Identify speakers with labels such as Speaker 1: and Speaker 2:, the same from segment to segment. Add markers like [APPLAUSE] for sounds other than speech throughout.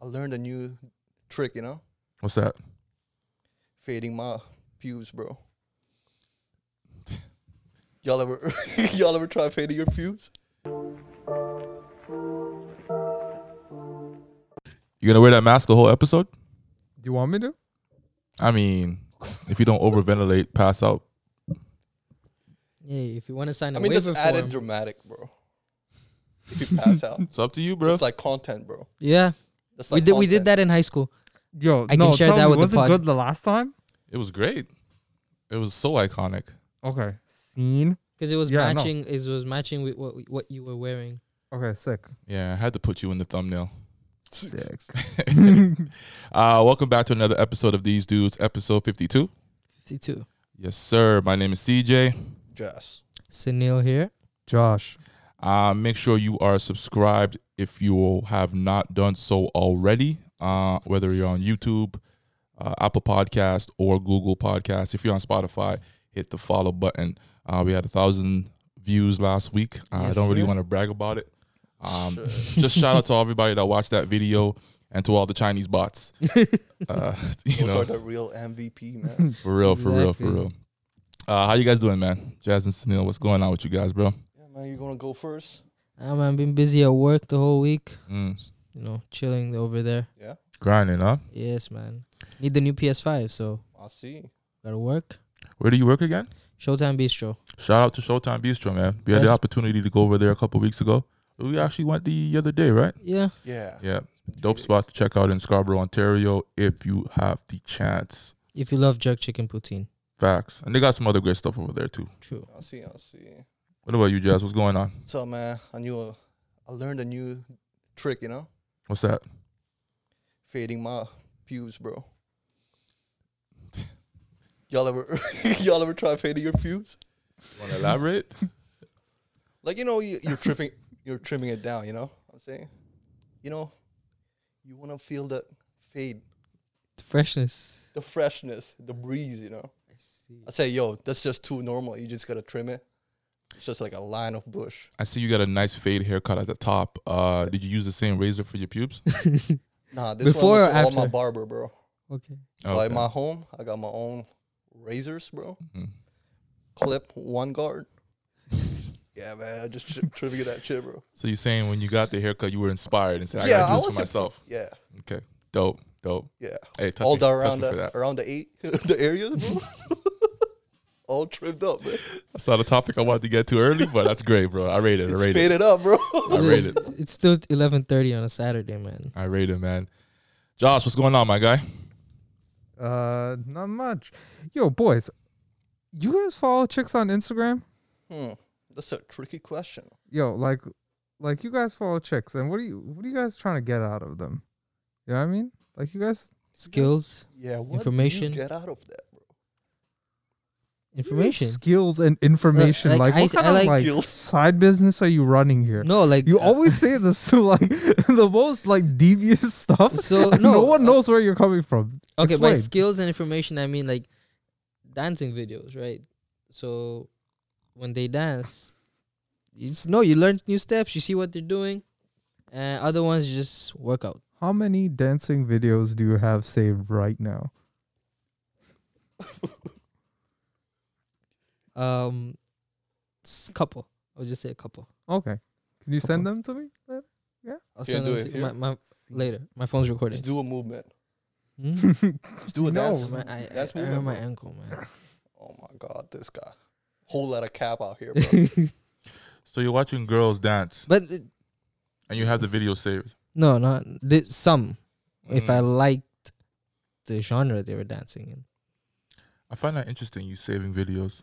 Speaker 1: I learned a new trick, you know,
Speaker 2: What's that?
Speaker 1: fading my pubes, bro. [LAUGHS] y'all ever, [LAUGHS] y'all ever try fading your pubes?
Speaker 2: You gonna wear that mask the whole episode?
Speaker 3: Do you want me to?
Speaker 2: I mean, if you don't overventilate, pass out.
Speaker 4: Yeah, if you want to sign
Speaker 1: I
Speaker 4: a
Speaker 1: mean, that's
Speaker 4: waiver
Speaker 1: added
Speaker 4: form.
Speaker 1: dramatic, bro. If you pass out,
Speaker 2: It's up to you, bro.
Speaker 1: it's like content, bro.
Speaker 4: yeah,
Speaker 1: That's
Speaker 4: we
Speaker 1: like
Speaker 4: did we did
Speaker 1: content.
Speaker 4: that in high school.
Speaker 3: Yo,
Speaker 4: I
Speaker 3: no,
Speaker 4: can share
Speaker 3: tell
Speaker 4: that
Speaker 3: me,
Speaker 4: with the
Speaker 3: was it
Speaker 4: pod.
Speaker 3: good the last time?
Speaker 2: it was great. It was so iconic.
Speaker 3: Okay, scene.
Speaker 4: Because it was
Speaker 3: Yeah, I know.
Speaker 4: matching. It was matching with what we- what you were wearing.
Speaker 3: Okay, sick.
Speaker 2: Yeah, I had to put you in
Speaker 1: [LAUGHS]
Speaker 2: the thumbnail. [LAUGHS]
Speaker 3: Sick.
Speaker 2: Uh, welcome back to another episode of These Dudes, episode 52.
Speaker 4: Fifty two.
Speaker 2: Yes, sir. My name is CJ.
Speaker 1: Jazz.
Speaker 4: Sunil
Speaker 3: [LAUGHS]
Speaker 4: here.
Speaker 3: Josh,
Speaker 2: Uh, make sure you are subscribed if you have not done so already, uh, whether you're on YouTube, uh, Apple Podcast, or Google Podcast. If you're on Spotify, hit the follow button. Uh, we had a thousand views last week. Uh, I
Speaker 4: Yes,
Speaker 2: don't really
Speaker 4: sir.
Speaker 2: want to brag about it. Um,
Speaker 1: Sure.
Speaker 2: [LAUGHS] just shout out to everybody that watched that video and to all the Chinese bots. Uh, [LAUGHS] you
Speaker 1: [LAUGHS] Those
Speaker 2: know,
Speaker 1: are the real MVP,
Speaker 2: [LAUGHS]
Speaker 1: man.
Speaker 2: for real, for real, for
Speaker 4: Exactly.
Speaker 2: real. Uh, how you guys doing, man? Jazz and Sunil, what's going on with you guys, bro?
Speaker 1: yeah, man, you gonna go first?
Speaker 4: Um, I've been busy at work the whole week.
Speaker 2: Mm,
Speaker 4: You know, chilling over there.
Speaker 1: Yeah,
Speaker 2: grinding, huh?
Speaker 4: Yes, man. Need the new PS five, so
Speaker 1: I see.
Speaker 4: gotta work.
Speaker 2: Where do you work again?
Speaker 4: Showtime Bistro.
Speaker 2: Shout out to Showtime Bistro, man. We had the
Speaker 4: Yes.
Speaker 2: opportunity to go over there a couple weeks ago. We actually went the other day, right?
Speaker 4: Yeah,
Speaker 1: Yeah.
Speaker 2: Yeah. Dope spot to check out in Scarborough, Ontario, if you have the chance.
Speaker 4: if you love jerk chicken poutine.
Speaker 2: Facts. And they got some other great stuff over there, too.
Speaker 4: True.
Speaker 1: I see. I see.
Speaker 2: What about you, Jazz? What's going on?
Speaker 1: So man, I knew a, I learned a new trick, you know,
Speaker 2: What's that?
Speaker 1: fading my pubes, bro. [LAUGHS] y'all ever [LAUGHS] y'all ever try fading your pubes?
Speaker 2: Want to elaborate?
Speaker 1: Like you know, you,
Speaker 4: [LAUGHS]
Speaker 1: you're tripping, you're trimming it down. You know, what I'm saying, you know, you want to feel the fade,
Speaker 4: freshness.
Speaker 1: the freshness, the breeze. You know,
Speaker 4: I see.
Speaker 1: I say, yo, that's just too normal. You just gotta trim it. It's just like a line of bush.
Speaker 2: I see you got a nice fade haircut at the top. Uh, did you use the same razor for your
Speaker 1: [LAUGHS]
Speaker 2: pubes?
Speaker 1: Nah, this
Speaker 4: Before
Speaker 1: one was
Speaker 4: or
Speaker 1: all my
Speaker 4: after?
Speaker 1: barber, bro.
Speaker 4: Okay.
Speaker 1: By
Speaker 2: Okay.
Speaker 1: my home, I got my own razors, bro.
Speaker 2: Mhm.
Speaker 1: Clip one guard. [LAUGHS] yeah, man, I just tri- trimming that shit, bro.
Speaker 2: So you're saying when you got the haircut, you were inspired and said, "I
Speaker 1: Yeah,
Speaker 2: gotta do
Speaker 1: I
Speaker 2: this
Speaker 1: was
Speaker 2: for
Speaker 1: a-
Speaker 2: myself."
Speaker 1: Yeah,
Speaker 2: Dope, dope.
Speaker 1: yeah.
Speaker 2: Hey, touch
Speaker 1: All
Speaker 2: me, touch
Speaker 1: down around
Speaker 2: me for
Speaker 1: the,
Speaker 2: that.
Speaker 1: around the eight, [LAUGHS] the areas, bro. [LAUGHS] All trimmed up, man.
Speaker 2: That's not a topic I wanted to get to early, but that's great, bro. I rate it. I
Speaker 1: It's
Speaker 2: rate it.
Speaker 1: faded up, bro. [LAUGHS]
Speaker 2: I rate it.
Speaker 4: It's still eleven thirty on a Saturday, man.
Speaker 2: I rate it, man. Josh, what's going on, my guy?
Speaker 3: uh, not much. Yo, boys, you guys follow chicks on Instagram?
Speaker 1: Hmm. That's a tricky question.
Speaker 3: Yo, like, like you guys follow chicks, and what do you, what are you guys trying to get out of them? You know what I mean? Like you guys,
Speaker 4: Skills,
Speaker 1: Yeah, what do you
Speaker 4: Information.
Speaker 1: get out of that, bro?
Speaker 4: information.
Speaker 3: skills, and information.
Speaker 4: like,
Speaker 3: like,
Speaker 4: I-
Speaker 3: what kind
Speaker 4: I
Speaker 3: of
Speaker 4: like-
Speaker 3: like
Speaker 1: Skills.
Speaker 3: side business are you running here?
Speaker 4: No, like
Speaker 3: You
Speaker 4: uh,
Speaker 3: always say this [LAUGHS] to like the most like devious
Speaker 4: [LAUGHS]
Speaker 3: stuff.
Speaker 4: So,
Speaker 3: [LAUGHS] and
Speaker 4: no,
Speaker 3: one
Speaker 4: uh,
Speaker 3: knows where you're coming from.
Speaker 4: Okay, by
Speaker 3: Explain.
Speaker 4: skills and information, I mean like dancing videos, right? So when they dance, you just know you learn new steps, you see what they're doing, and other ones you just work out.
Speaker 3: How many dancing videos do you have saved right now?
Speaker 4: Um, s- couple. I'll just say a couple.
Speaker 3: Okay, can you send them to me? later?
Speaker 4: I'll
Speaker 1: Can't
Speaker 4: send
Speaker 1: do
Speaker 4: them
Speaker 1: it
Speaker 4: to
Speaker 1: here.
Speaker 4: my, my later. My phone's recording.
Speaker 1: Just do a movement. [LAUGHS]
Speaker 4: Hmm?
Speaker 1: Just do a
Speaker 3: No,
Speaker 1: dance.
Speaker 4: My- I, I,
Speaker 1: That's
Speaker 4: I
Speaker 1: movement,
Speaker 4: hurt my
Speaker 1: bro.
Speaker 4: ankle, man.
Speaker 1: Oh my god, this guy. Whole lot of cap out here, bro.
Speaker 2: So you're watching girls dance,
Speaker 4: but uh,
Speaker 2: and you have the video saved.
Speaker 4: no, not th- some. If I
Speaker 2: Mm.
Speaker 4: liked the genre they were dancing in,
Speaker 2: I find that interesting. You saving videos,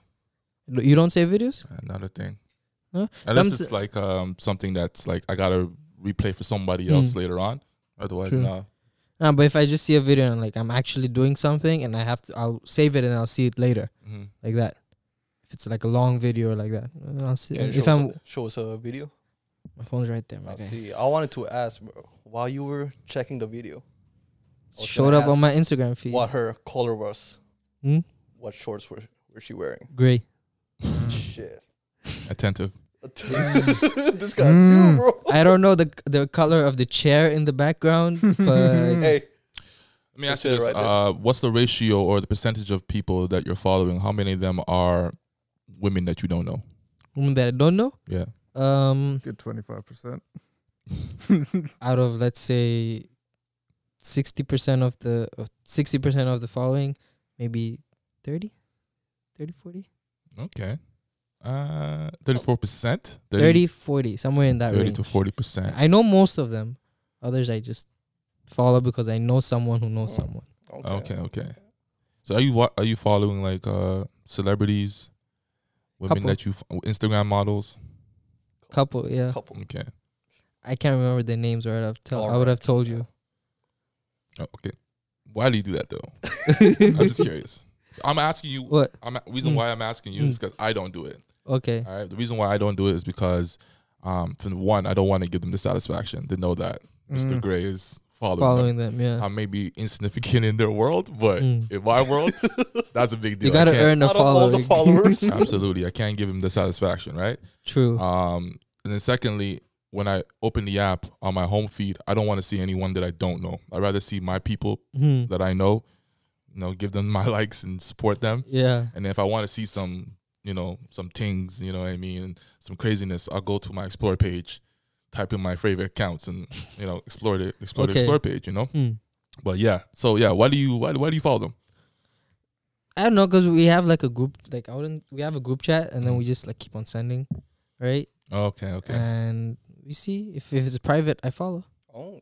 Speaker 4: No, you don't save videos.
Speaker 2: another thing.
Speaker 4: Huh?
Speaker 2: Unless
Speaker 4: Some-
Speaker 2: it's like um something that's like I gotta replay for somebody
Speaker 4: Mm.
Speaker 2: else later on. Otherwise,
Speaker 4: True.
Speaker 2: nah.
Speaker 4: No, Uh, but if I just see a video and like I'm actually doing something and I have to, I'll save it and I'll see it later,
Speaker 2: Mhm.
Speaker 4: like that. If it's like a long video or like that, and I'll see.
Speaker 1: Can you
Speaker 4: if
Speaker 1: show,
Speaker 4: I'm,
Speaker 1: us a, show us a video?
Speaker 4: my phone's right there. My
Speaker 1: I
Speaker 4: guy.
Speaker 1: see. I wanted to ask, bro, while you were checking the video, Oh, I was
Speaker 4: Showed
Speaker 1: gonna
Speaker 4: up
Speaker 1: ask
Speaker 4: on my Instagram feed.
Speaker 1: what her color was,
Speaker 4: Hmm? [LAUGHS]
Speaker 1: what shorts were, were she wearing?
Speaker 4: Gray.
Speaker 1: [LAUGHS] Shit. [LAUGHS]
Speaker 2: Attentive.
Speaker 1: this guy,
Speaker 3: Mm.
Speaker 1: Yo, [LAUGHS] bro.
Speaker 4: I don't know the c- the color of the chair in the background,
Speaker 1: Hmm.
Speaker 4: [LAUGHS] but
Speaker 1: [LAUGHS] Hey,
Speaker 2: Let me ask
Speaker 1: Sit
Speaker 2: you this:
Speaker 1: right there.
Speaker 2: uh, What's the ratio or the percentage of people that you're following? How many of them are women that you don't know?
Speaker 4: women Mm, that I don't know.
Speaker 2: Yeah, [LAUGHS]
Speaker 4: Um,
Speaker 3: Good twenty five [LAUGHS] percent. Mm.
Speaker 4: out of let's say sixty percent of the of sixty percent of the following, maybe 30, 30, 40,
Speaker 2: okay. Uh, thirty-four percent,
Speaker 4: 30, 40, somewhere in that
Speaker 2: 30
Speaker 4: range.
Speaker 2: to forty percent.
Speaker 4: I know most of them. Others I just follow because I know someone who knows
Speaker 1: Oh.
Speaker 4: someone.
Speaker 2: Okay, okay. So are you wa- are you following like uh celebrities, women
Speaker 4: Couple.
Speaker 2: that you f- Instagram models?
Speaker 4: Couple, yeah.
Speaker 1: Couple.
Speaker 2: Okay,
Speaker 4: I can't remember their names or I'd have tell, I
Speaker 1: Alright,
Speaker 4: would have told
Speaker 1: yeah.
Speaker 4: you.
Speaker 2: oh, okay. Why do you do that though?
Speaker 4: [LAUGHS]
Speaker 2: I'm just curious. I'm asking you.
Speaker 4: What?
Speaker 2: I'm a- reason
Speaker 4: Mm.
Speaker 2: why I'm asking you is because I don't do it.
Speaker 4: Okay.
Speaker 2: All right. The reason why I don't do it is because, um, for one, I don't want to give them the satisfaction to know that Mr. Gray is following.
Speaker 4: Mm. Following
Speaker 2: Them.
Speaker 4: them, yeah.
Speaker 2: I may be insignificant in their world, but
Speaker 4: Mm.
Speaker 2: in my [LAUGHS] world,
Speaker 4: [LAUGHS]
Speaker 2: that's a big deal.
Speaker 4: You
Speaker 2: I
Speaker 4: gotta
Speaker 2: can't-
Speaker 4: earn a
Speaker 1: Out of all
Speaker 4: following.
Speaker 1: the followers,
Speaker 2: Absolutely, I can't give him the satisfaction, right?
Speaker 4: [LAUGHS] True.
Speaker 2: Um, and then secondly, when I open the app on my home feed, I don't want to see anyone that I don't know. I'd rather see my people
Speaker 4: Mhm.
Speaker 2: that I know, you know, give them [LAUGHS] my likes and support them.
Speaker 4: Yeah.
Speaker 2: And if I want to see some, you know, some things, you know what I mean, and some craziness, I'll go to my explore page, type in my favorite accounts, and you know, explore the explore the
Speaker 4: Okay.
Speaker 2: explore page, you know.
Speaker 4: Hmm.
Speaker 2: But yeah, so yeah, why do you why, why do you follow them?
Speaker 4: I don't know because we have like a group, like I wouldn't, we have a group chat and then
Speaker 2: Mm.
Speaker 4: we just like keep on sending, right?
Speaker 2: Okay, okay.
Speaker 4: And we see if, if it's private, I follow.
Speaker 1: Oh,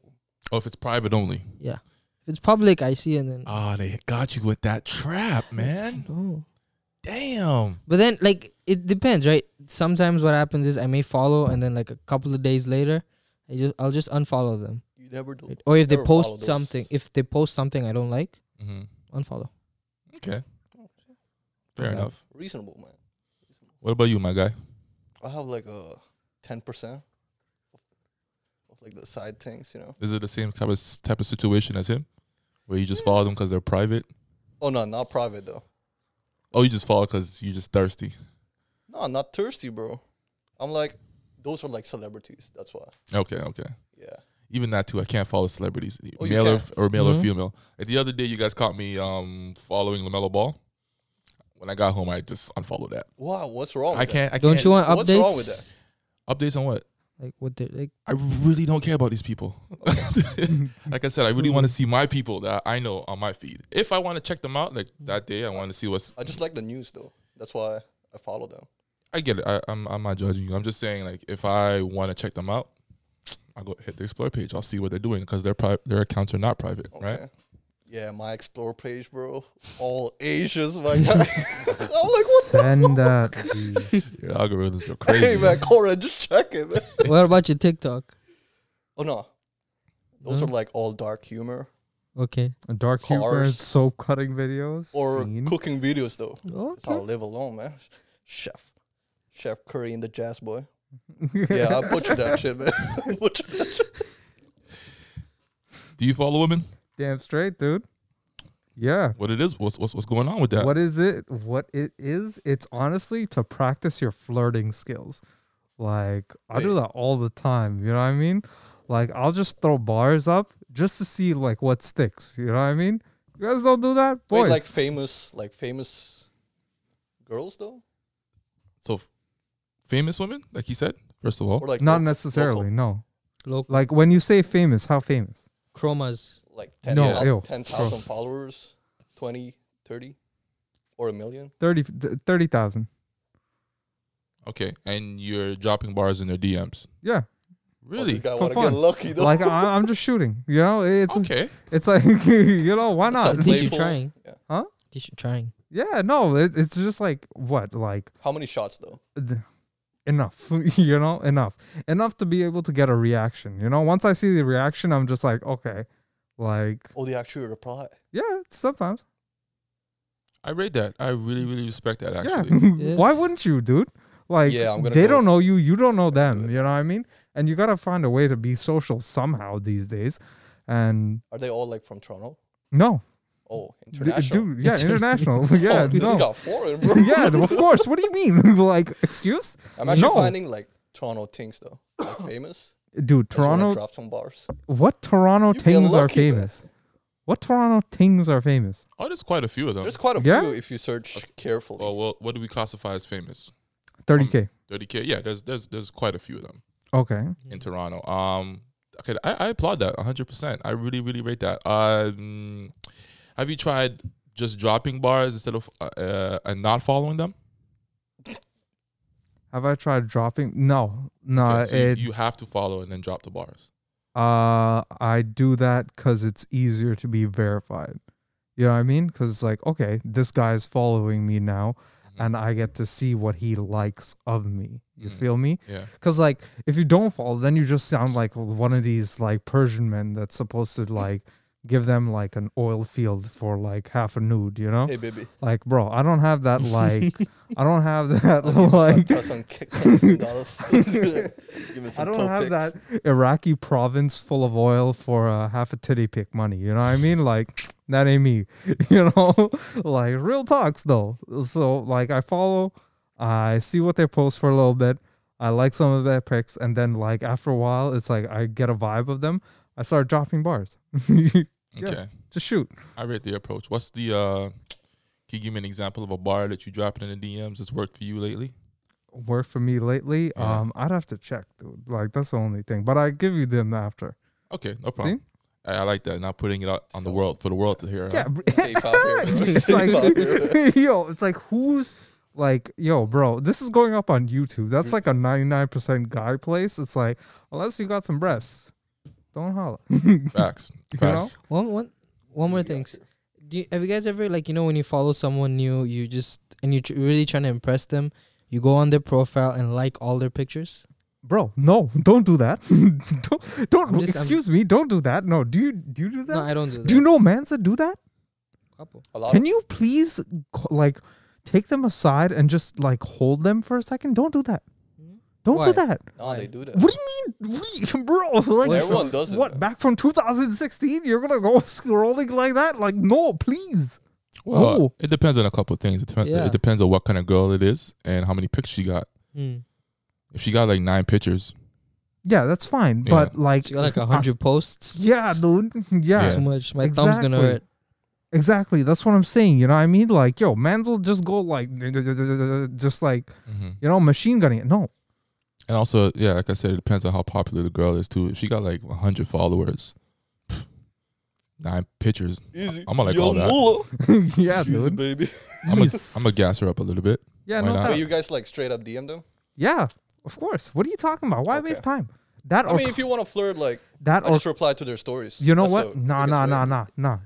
Speaker 2: oh, if it's private only,
Speaker 4: Yeah. If it's public, I see and then.
Speaker 2: ah, they got you with that trap, man.
Speaker 4: Oh.
Speaker 2: Damn.
Speaker 4: But then, like, it depends, right? Sometimes what happens is I may follow, and then like a couple of days later, I just I'll just unfollow them.
Speaker 1: you never do.
Speaker 4: Right? Or if they
Speaker 1: Never follow
Speaker 4: post something,
Speaker 1: those.
Speaker 4: if they post something I don't like,
Speaker 2: hmm
Speaker 4: unfollow.
Speaker 2: Okay, fair
Speaker 4: Okay.
Speaker 2: enough.
Speaker 1: Reasonable, man.
Speaker 2: What about you, my guy?
Speaker 1: I have like a ten percent of like the side things, you know.
Speaker 2: Is it the same type of s- type of situation as him, where you just follow them because they're private?
Speaker 1: Oh no, not private though.
Speaker 2: Oh, you just follow because you're just thirsty.
Speaker 1: No, not thirsty, bro. I'm like, those are like celebrities. That's why.
Speaker 2: Okay, okay.
Speaker 1: Yeah.
Speaker 2: even that too. I can't follow celebrities,
Speaker 1: Oh, you
Speaker 2: male or,
Speaker 1: can't?
Speaker 2: f- or male or
Speaker 4: Mhm.
Speaker 2: female. Like the other day, you guys caught me um following Lamelo Ball. When I got home, I just unfollowed that.
Speaker 1: Wow, what's wrong?
Speaker 2: I
Speaker 1: with
Speaker 2: can't. I
Speaker 4: Don't
Speaker 2: can't.
Speaker 4: you want
Speaker 1: What's
Speaker 4: updates?
Speaker 1: wrong with that?
Speaker 2: updates on what?
Speaker 4: Like what they like?
Speaker 2: I really don't care about these
Speaker 4: [LAUGHS]
Speaker 2: people. like I said, I really
Speaker 1: [LAUGHS]
Speaker 2: want to see my people that I know on my feed. If I want to check them out, like that day, I want to see what's.
Speaker 1: That? I just like the news though. That's why I follow them.
Speaker 2: I get it. I, I'm. I'm not judging you. I'm just saying, like, if I want to check them out, I will go hit the explore page. I'll see what they're doing because their pri- their accounts are not private,
Speaker 1: Okay.
Speaker 2: right?
Speaker 1: Yeah, my explore page, bro. All Asians, my guy. [LAUGHS] I'm like, what?
Speaker 3: Send that.
Speaker 1: [LAUGHS]
Speaker 3: D.
Speaker 2: Your algorithms are
Speaker 1: the-
Speaker 2: crazy.
Speaker 1: Hey man, Cora, just check it. Man.
Speaker 4: what about your TikTok?
Speaker 1: Oh no, those
Speaker 4: No?
Speaker 1: are like all dark humor
Speaker 4: Okay.
Speaker 3: Dark humor,
Speaker 1: Cars.
Speaker 3: soap cutting videos.
Speaker 1: or
Speaker 3: Scene.
Speaker 1: cooking videos though. That's how I
Speaker 4: Okay.
Speaker 1: live alone, man. Chef, Chef Curry and the Jazz
Speaker 3: [LAUGHS]
Speaker 1: Boy. Yeah, I butchered that shit, man. [LAUGHS] I butchered that shit.
Speaker 2: Do you follow women?
Speaker 3: Damn straight, dude. Yeah.
Speaker 2: what it is. What's what's, what's going on with that?
Speaker 3: What is it? What it is? It's honestly to practice your flirting skills. Like I do
Speaker 1: Wait.
Speaker 3: that all the time. You know what I mean? Like I'll just throw bars up just to see like what sticks. You know what I mean? You guys don't do that, boys.
Speaker 1: Wait, like famous, like famous girls though,
Speaker 2: So, f- famous women, like he said. First of
Speaker 1: or
Speaker 2: all,
Speaker 1: like
Speaker 3: Not
Speaker 1: local-
Speaker 3: necessarily.
Speaker 1: local,
Speaker 3: No.
Speaker 4: Local
Speaker 3: Like when you say famous, how famous?
Speaker 4: chromas.
Speaker 1: like 10
Speaker 3: No,
Speaker 1: thou-
Speaker 3: ew.
Speaker 1: 10,000
Speaker 3: Gross.
Speaker 1: followers, 20, 30, or a million.
Speaker 3: 30 th- 30,000.
Speaker 2: okay, and you're dropping bars in their DMs.
Speaker 3: yeah.
Speaker 1: Oh,
Speaker 2: Really?
Speaker 1: this guy
Speaker 3: For
Speaker 1: wanna
Speaker 3: fun.
Speaker 1: get lucky though.
Speaker 3: Like uh-huh. I, I'm just shooting. You know, it's
Speaker 2: okay.
Speaker 3: it's like [LAUGHS] you know why
Speaker 1: That's
Speaker 3: not?
Speaker 4: At least you're
Speaker 1: Playful.
Speaker 4: trying.
Speaker 1: Yeah.
Speaker 3: Huh?
Speaker 4: At least you're trying.
Speaker 3: Yeah. No. It, it's just like what like.
Speaker 1: How many shots though?
Speaker 3: th- enough [LAUGHS] you know enough enough to be able to get a reaction you know once i see the reaction i'm just like okay like
Speaker 1: Oh, they actually reply.
Speaker 3: yeah sometimes
Speaker 2: I rate that. I really, really respect that.
Speaker 3: yeah
Speaker 2: Actually,
Speaker 3: [LAUGHS] why wouldn't you dude like
Speaker 1: Yeah, I'm gonna
Speaker 3: they
Speaker 1: go-
Speaker 3: don't know you you don't know
Speaker 1: do
Speaker 3: them
Speaker 1: it.
Speaker 3: you know what i mean and you gotta find a way to be social somehow these days and
Speaker 1: Are they all like from Toronto?
Speaker 3: no
Speaker 1: Oh, [LAUGHS]
Speaker 3: D-
Speaker 1: international.
Speaker 3: Dude, yeah, international. yeah,
Speaker 1: oh, this
Speaker 3: no.
Speaker 1: got foreign, bro.
Speaker 3: [LAUGHS] yeah, of course. What do you mean? [LAUGHS] like, excuse?
Speaker 1: I'm actually
Speaker 3: No.
Speaker 1: finding like Toronto things though, like famous.
Speaker 3: Dude,
Speaker 1: I just wanna
Speaker 3: Toronto.
Speaker 1: drop some bars.
Speaker 2: Oh.
Speaker 3: What Toronto
Speaker 1: You get
Speaker 3: things are
Speaker 1: lucky, man.
Speaker 3: famous? What Toronto things are famous?
Speaker 2: Oh, there's quite a few of them.
Speaker 1: There's quite a
Speaker 3: Yeah?
Speaker 1: few if you search carefully.
Speaker 2: oh well, what do we classify as famous?
Speaker 3: 30k.
Speaker 2: 30k. Yeah, there's there's there's quite a few of them
Speaker 3: Okay.
Speaker 2: in Toronto. Um, okay, I, I applaud that 100. percent I really really rate that. Um, have you tried just dropping bars instead of uh, uh, and not following them?
Speaker 3: Have I tried dropping? No, no.
Speaker 2: Okay, so you-
Speaker 3: it,
Speaker 2: you, have to follow and then drop the bars.
Speaker 3: uh, I do that because it's easier to be verified. You know what I mean? Because it's like, okay, this guy's following me now,
Speaker 2: Mhm.
Speaker 3: and I get to see what he likes of me. You
Speaker 2: Mhm.
Speaker 3: feel me?
Speaker 2: Yeah.
Speaker 3: Because like, if you don't follow, then you just sound like one of these like Persian men that's supposed to like give them like an oil field for like half a nude. You
Speaker 2: Oh.
Speaker 3: know?
Speaker 1: Hey,
Speaker 3: [LAUGHS]
Speaker 1: baby.
Speaker 3: Like, bro, I don't have
Speaker 2: [LAUGHS]
Speaker 3: that. Like, I don't have that.
Speaker 1: I'll give you five
Speaker 3: [LAUGHS] Like,
Speaker 1: thousand k-
Speaker 3: [LAUGHS]
Speaker 1: Canadian dollars. [LAUGHS] Give me
Speaker 3: I
Speaker 1: some
Speaker 3: don't
Speaker 1: toe
Speaker 3: have
Speaker 1: picks.
Speaker 3: that Iraqi province full of oil for uh, half a titty pick money. You know what I mean? Like that ain't me. [LAUGHS] You know, like real talks though. So like I follow, I see what they post for a little bit. I like some of their picks, and then like after a while, it's like I get a vibe of them. I start dropping bars. [LAUGHS] Just Yeah.
Speaker 2: Okay.
Speaker 3: shoot.
Speaker 2: I rate the approach. What's the uh? Can you give me an example of a bar that you dropped in the DMs that's worked for you lately?
Speaker 3: Work for me lately.
Speaker 2: Yeah.
Speaker 3: Um, I'd have to check, dude. Like that's the only thing. But I give you them after.
Speaker 2: Okay, no problem. I, I like that. Not putting it out on the
Speaker 1: Stop.
Speaker 2: world for the world to hear.
Speaker 3: [LAUGHS] Yeah, br-
Speaker 1: Safe out here, [LAUGHS] bro.
Speaker 3: it's like [LAUGHS] yo, it's like who's like yo, bro. This is going up on YouTube. That's like a ninety nine percent guy place. It's like unless you got some breasts, don't holla. [LAUGHS]
Speaker 2: Facts. Facts.
Speaker 3: know?
Speaker 4: [LAUGHS] One one [LAUGHS] one more
Speaker 1: Who's
Speaker 4: thing.
Speaker 1: out here?
Speaker 4: Do you, have you guys ever like you know when you follow someone new, you just and you tr- really trying to impress them, you go on their profile and like all their pictures?
Speaker 3: bro, no, don't do that. don't
Speaker 4: I'm
Speaker 3: don't
Speaker 4: just- I'm-
Speaker 3: excuse me. Don't do that. No, do you do you do that?
Speaker 4: No, I don't do that.
Speaker 3: do you know Mansa do that?
Speaker 4: Couple.
Speaker 1: A lot
Speaker 3: Can
Speaker 1: of-
Speaker 3: you please co- like take them aside and just like hold them for a second? Don't do that.
Speaker 4: Hmm?
Speaker 3: Don't
Speaker 4: Why?
Speaker 3: do that.
Speaker 1: Nah, they do that.
Speaker 3: What do you mean, What do you- [LAUGHS] bro? Like,
Speaker 1: Everyone does it.
Speaker 3: What
Speaker 1: man.
Speaker 3: back from 2016? You're gonna go [LAUGHS] scrolling like that? Like no, please.
Speaker 2: Well,
Speaker 3: No.
Speaker 2: it depends on a couple of things. It, depen-
Speaker 4: Yeah.
Speaker 2: it depends on what kind of girl it is and how many pictures she got.
Speaker 4: Mm.
Speaker 2: If she got like nine pictures,
Speaker 3: Yeah, that's fine.
Speaker 2: Yeah.
Speaker 3: But like,
Speaker 4: She got like a hundred posts.
Speaker 3: yeah, dude. [LAUGHS] Yeah,
Speaker 2: Yeah.
Speaker 4: Too much. My thumb's gonna
Speaker 3: Exactly.
Speaker 4: hurt.
Speaker 3: exactly. That's what I'm saying. You know what I mean? Like, yo, Manzel just go like, [LAUGHS] just like
Speaker 2: Mm-hmm.
Speaker 3: you know, machine gunning it. No, [LAUGHS]
Speaker 2: and also, yeah, like I said, it depends on how popular the girl is too. If she got like 100 followers, pff, nine pictures,
Speaker 1: Easy.
Speaker 2: I'ma like
Speaker 1: Yo,
Speaker 2: all that.
Speaker 3: [LAUGHS]
Speaker 1: Mullah.
Speaker 3: yeah,
Speaker 1: Easy,
Speaker 3: dude. [LAUGHS]
Speaker 1: baby.
Speaker 2: I'm gonna
Speaker 3: Yes.
Speaker 2: gas her up a little bit.
Speaker 3: yeah,
Speaker 2: why
Speaker 3: no,
Speaker 2: not?
Speaker 3: doubt.
Speaker 1: Wait, you guys like straight up DM them?
Speaker 3: yeah, of course. What are you talking about? Why
Speaker 1: Okay.
Speaker 3: waste time? That
Speaker 1: I
Speaker 3: or
Speaker 1: mean, if you want to flirt, like,
Speaker 3: that
Speaker 1: I
Speaker 3: or
Speaker 1: just reply to their stories.
Speaker 3: you know
Speaker 1: That's
Speaker 3: what?
Speaker 1: the
Speaker 3: Nah,
Speaker 1: quickest
Speaker 3: nah,
Speaker 1: way.
Speaker 3: nah, nah, nah.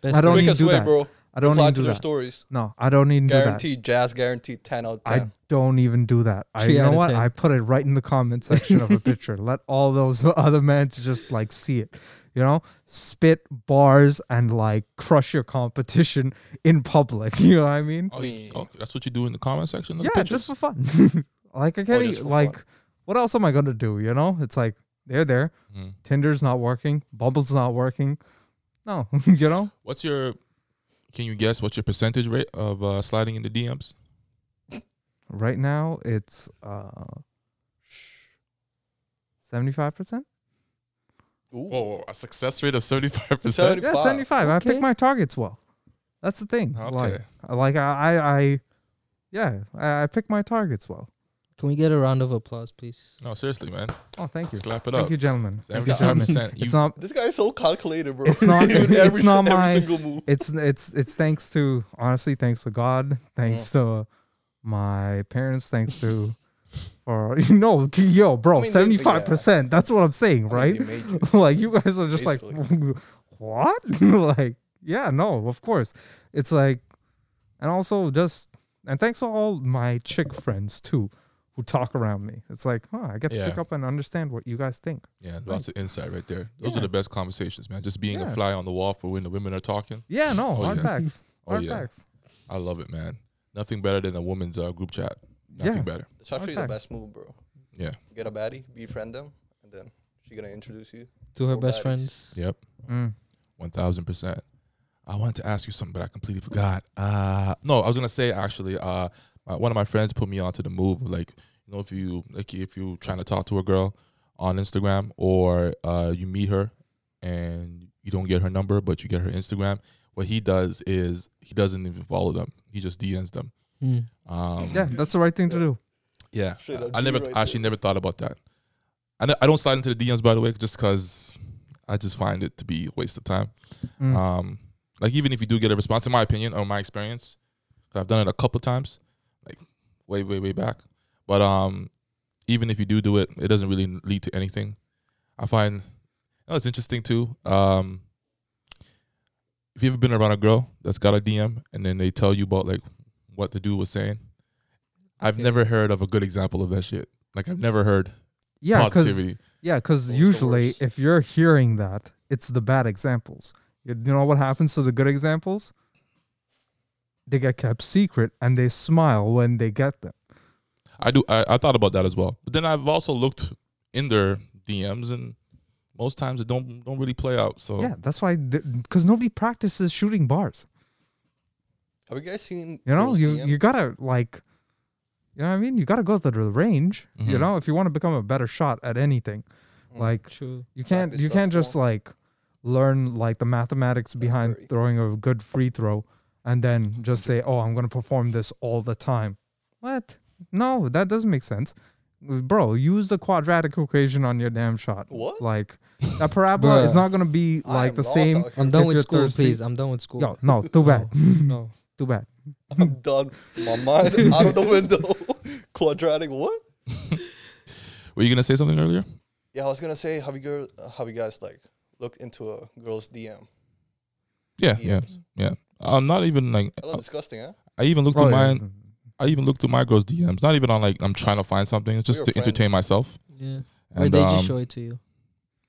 Speaker 4: That's
Speaker 3: I don't
Speaker 4: great.
Speaker 3: need
Speaker 1: Quickest
Speaker 3: do
Speaker 1: way,
Speaker 3: that.
Speaker 1: bro.
Speaker 3: I don't
Speaker 1: reply
Speaker 3: even
Speaker 1: to
Speaker 3: do
Speaker 1: their
Speaker 3: that.
Speaker 1: stories.
Speaker 3: No, I don't even do that.
Speaker 1: Guaranteed jazz, guaranteed 10 out of 10.
Speaker 3: I don't even do that. I,
Speaker 4: Three
Speaker 3: you know
Speaker 4: out of
Speaker 3: what?
Speaker 4: 10.
Speaker 3: I put it right in the comment section of a picture. Let all those [LAUGHS] other men to just like see it. You know, spit bars and like crush your competition in public. [LAUGHS] You know what I mean?
Speaker 2: Oh, you-
Speaker 1: Wee.
Speaker 2: oh, that's what you do in the comment section. Of the
Speaker 3: yeah,
Speaker 2: pictures?
Speaker 3: just for fun. [LAUGHS] like I can't.
Speaker 1: just for
Speaker 3: e-
Speaker 1: fun.
Speaker 3: like, what else am I gonna do? You know, it's like they're there.
Speaker 2: Mhm.
Speaker 3: Tinder's not working. Bumble's not working. No, [LAUGHS] you know.
Speaker 2: What's your? Can you guess what's your percentage rate of uh, sliding into DMs?
Speaker 3: Right now it's uh seventy five percent.
Speaker 1: Ooh.
Speaker 2: Whoa, a success rate of seventy five
Speaker 1: Seventy-
Speaker 3: Yeah,
Speaker 1: 75.
Speaker 3: 75. I
Speaker 4: Okay.
Speaker 3: pick my targets well. That's the thing.
Speaker 2: Okay.
Speaker 3: Like, like I, I, I yeah, I, I pick my targets well.
Speaker 4: Can we get a round of applause, please?
Speaker 2: [LAUGHS] No, seriously, man,
Speaker 3: Oh, thank you.
Speaker 2: Just clap it
Speaker 3: Thank
Speaker 2: up.
Speaker 3: you, gentlemen. Thank you,
Speaker 1: got-
Speaker 2: Seventy-five
Speaker 3: gentlemen.
Speaker 2: percent.
Speaker 3: [LAUGHS] It's not,
Speaker 1: This guy is so calculated, bro. [LAUGHS]
Speaker 3: It's not-
Speaker 1: He did
Speaker 3: it's
Speaker 1: every,
Speaker 3: not
Speaker 1: every
Speaker 3: my-
Speaker 1: single move.
Speaker 3: it's, it's, it's thanks to, honestly, thanks to God, thanks to my parents, thanks to, for, [LAUGHS] no, yo, bro,
Speaker 1: I mean, they- they- yeah.
Speaker 3: 75%. That's what I'm saying,
Speaker 1: I mean,
Speaker 3: [LAUGHS] right?
Speaker 1: they made you.
Speaker 3: [LAUGHS] like you guys are just
Speaker 1: Basically.
Speaker 3: like [LAUGHS] what like yeah no of course it's like and also just and thanks to all my chick friends too who talk around me it's like huh i get to
Speaker 2: Yeah.
Speaker 3: pick up and understand what you guys think
Speaker 2: Yeah, lots of insight right there. Those
Speaker 3: Yeah.
Speaker 2: are the best conversations, man. Just being a
Speaker 3: Yeah.
Speaker 2: fly on the wall for when the women are talking.
Speaker 3: yeah no
Speaker 2: Oh,
Speaker 3: hard
Speaker 2: yeah.
Speaker 3: facts
Speaker 2: [LAUGHS] Oh,
Speaker 3: hard
Speaker 2: yeah.
Speaker 3: facts
Speaker 2: I love it, man. Nothing better than a woman's uh, group chat. Nothing
Speaker 3: Yeah.
Speaker 2: better.
Speaker 1: It's actually the
Speaker 3: facts.
Speaker 1: best move, bro.
Speaker 2: Yeah.
Speaker 1: Get a baddie, befriend them, and then she gonna introduce you.
Speaker 4: To her
Speaker 1: Or
Speaker 4: best
Speaker 1: baddies.
Speaker 4: friends.
Speaker 2: Yep.
Speaker 3: Mm.
Speaker 2: One thousand percent. I wanted to ask you something, but I completely forgot. Uh, no, I was gonna say actually, uh, my- one of my friends put me onto the move. Like, you know, if you like, if you trying to talk to a girl on Instagram or uh, you meet her and you don't get her number, but you get her Instagram, what he does is he doesn't even follow them. He just DMs them.
Speaker 4: Mm.
Speaker 2: Um,
Speaker 3: Yeah, that's the right thing to do.
Speaker 2: yeah,
Speaker 1: Straight
Speaker 2: I-
Speaker 1: up
Speaker 2: I
Speaker 1: G
Speaker 2: never
Speaker 1: right
Speaker 2: actually never thought about that. I, ne- I don't slide into the DMs by the way, just because I just find it to be a waste of time.
Speaker 3: Mm.
Speaker 2: Um, like even if you do get a response, in my opinion or my experience, 'cause I've done it a couple times, like way way way back. But um, even if you do do it, it doesn't really lead to anything. I find no, it's interesting too. Um, if you've ever been around a girl that's got a DM and then they tell you about like what the dude was saying, I've
Speaker 4: Okay.
Speaker 2: never heard of a good example of that shit. Like I've never heard
Speaker 3: Yeah, because
Speaker 2: positivity.
Speaker 3: yeah, because
Speaker 1: Well, it's the
Speaker 3: usually
Speaker 1: worst.
Speaker 3: if you're hearing that, it's the bad examples. You you know what happens to the good examples? They get kept secret and they smile when they get them.
Speaker 2: I do. I, I thought about that as well. But then I've also looked in their DMs, and most times it don't don't really play out.
Speaker 1: Oh.
Speaker 2: So
Speaker 3: Yeah, that's why because nobody practices shooting bars.
Speaker 1: Have you guys seen?
Speaker 3: You know,
Speaker 1: girls'
Speaker 3: you
Speaker 1: DMs?
Speaker 3: you gotta like, you know what I mean. You gotta go to the range. You
Speaker 2: Mhm.
Speaker 3: know, if you want to become a better shot at anything,
Speaker 1: Mm-hmm. Mm.
Speaker 3: like
Speaker 4: True.
Speaker 3: you can't
Speaker 1: Practice
Speaker 3: you
Speaker 1: stuff
Speaker 3: can't just like learn like the mathematics behind
Speaker 1: very-
Speaker 3: throwing a good free throw and then just say, oh, I'm gonna perform this all the time. What? No, that doesn't make sense. Bro, use the quadratic equation on your damn shot.
Speaker 1: What?
Speaker 3: Like that parabola is
Speaker 4: Bruh.
Speaker 3: not gonna be
Speaker 1: I
Speaker 3: like
Speaker 1: am
Speaker 3: the
Speaker 1: lost
Speaker 3: same.
Speaker 1: out here.
Speaker 4: I'm done
Speaker 3: If
Speaker 4: with
Speaker 3: you're
Speaker 4: school,
Speaker 3: thirsty-
Speaker 4: please. I'm done with school. Oh.
Speaker 3: Yo, no, too bad,
Speaker 4: No.
Speaker 3: too bad.
Speaker 1: [LAUGHS] I'm
Speaker 3: [LAUGHS]
Speaker 1: done. My mind out of the [LAUGHS] window. Quadratic. What?
Speaker 2: were you gonna say something earlier?
Speaker 1: Yeah, I was gonna say, have you girl, have you guys like looked into a girl's DM?
Speaker 2: Yeah, yeah,
Speaker 1: DMs.
Speaker 2: yeah. I'm not even like
Speaker 1: A little disgusting, huh?
Speaker 2: I even looked
Speaker 3: Bro,
Speaker 2: through
Speaker 3: yeah,
Speaker 2: mine.
Speaker 3: mm.
Speaker 2: I even looked through my girl's DMs. Not even on like I'm trying to find something. It's just
Speaker 1: were
Speaker 2: to entertain
Speaker 1: friends.
Speaker 2: myself.
Speaker 4: Yeah.
Speaker 2: And,
Speaker 4: or they just
Speaker 2: um,
Speaker 4: show it to you.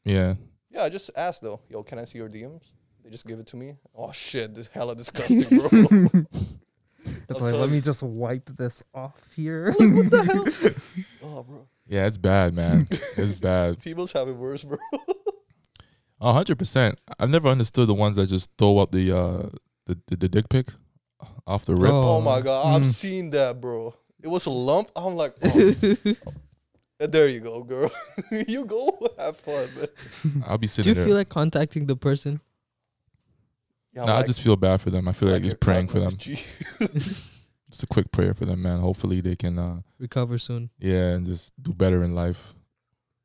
Speaker 2: Yeah.
Speaker 1: Yeah, I just asked though. Yo, can I see your DMs? They just give it to me. Oh shit, this hella disgusting, bro.
Speaker 3: It's
Speaker 1: I'll
Speaker 3: like,
Speaker 1: tell
Speaker 3: let
Speaker 1: you.
Speaker 3: me just wipe this off here. [LAUGHS]
Speaker 1: oh, bro,
Speaker 2: Yeah, it's bad, man.
Speaker 1: [LAUGHS]
Speaker 2: it's Oh, bad.
Speaker 1: people's have it worse,
Speaker 2: [LAUGHS]
Speaker 1: bro.
Speaker 2: A hundred percent. I've never understood the ones that just throw up the uh the the, the dick pic off the rip.
Speaker 1: Oh, my
Speaker 4: Oh.
Speaker 1: god, I've
Speaker 3: Mm.
Speaker 1: seen that, bro. It was a lump. I'm like,
Speaker 2: [LAUGHS]
Speaker 1: oh, Uh, there you go, girl. [LAUGHS] you go [LAUGHS] have fun, man.
Speaker 2: I'll be
Speaker 4: Do
Speaker 2: sitting
Speaker 4: you
Speaker 2: there.
Speaker 4: feel like contacting the person?
Speaker 1: Yeah, I'm
Speaker 2: Nah, I
Speaker 1: like-
Speaker 2: just feel bad for them. I feel like,
Speaker 1: you're
Speaker 2: just praying for
Speaker 1: cutting
Speaker 2: them.
Speaker 1: up the G.
Speaker 2: Just a quick prayer for them, man. Hopefully they can uh [LAUGHS]
Speaker 4: Recover soon.
Speaker 2: yeah, and just do better in life.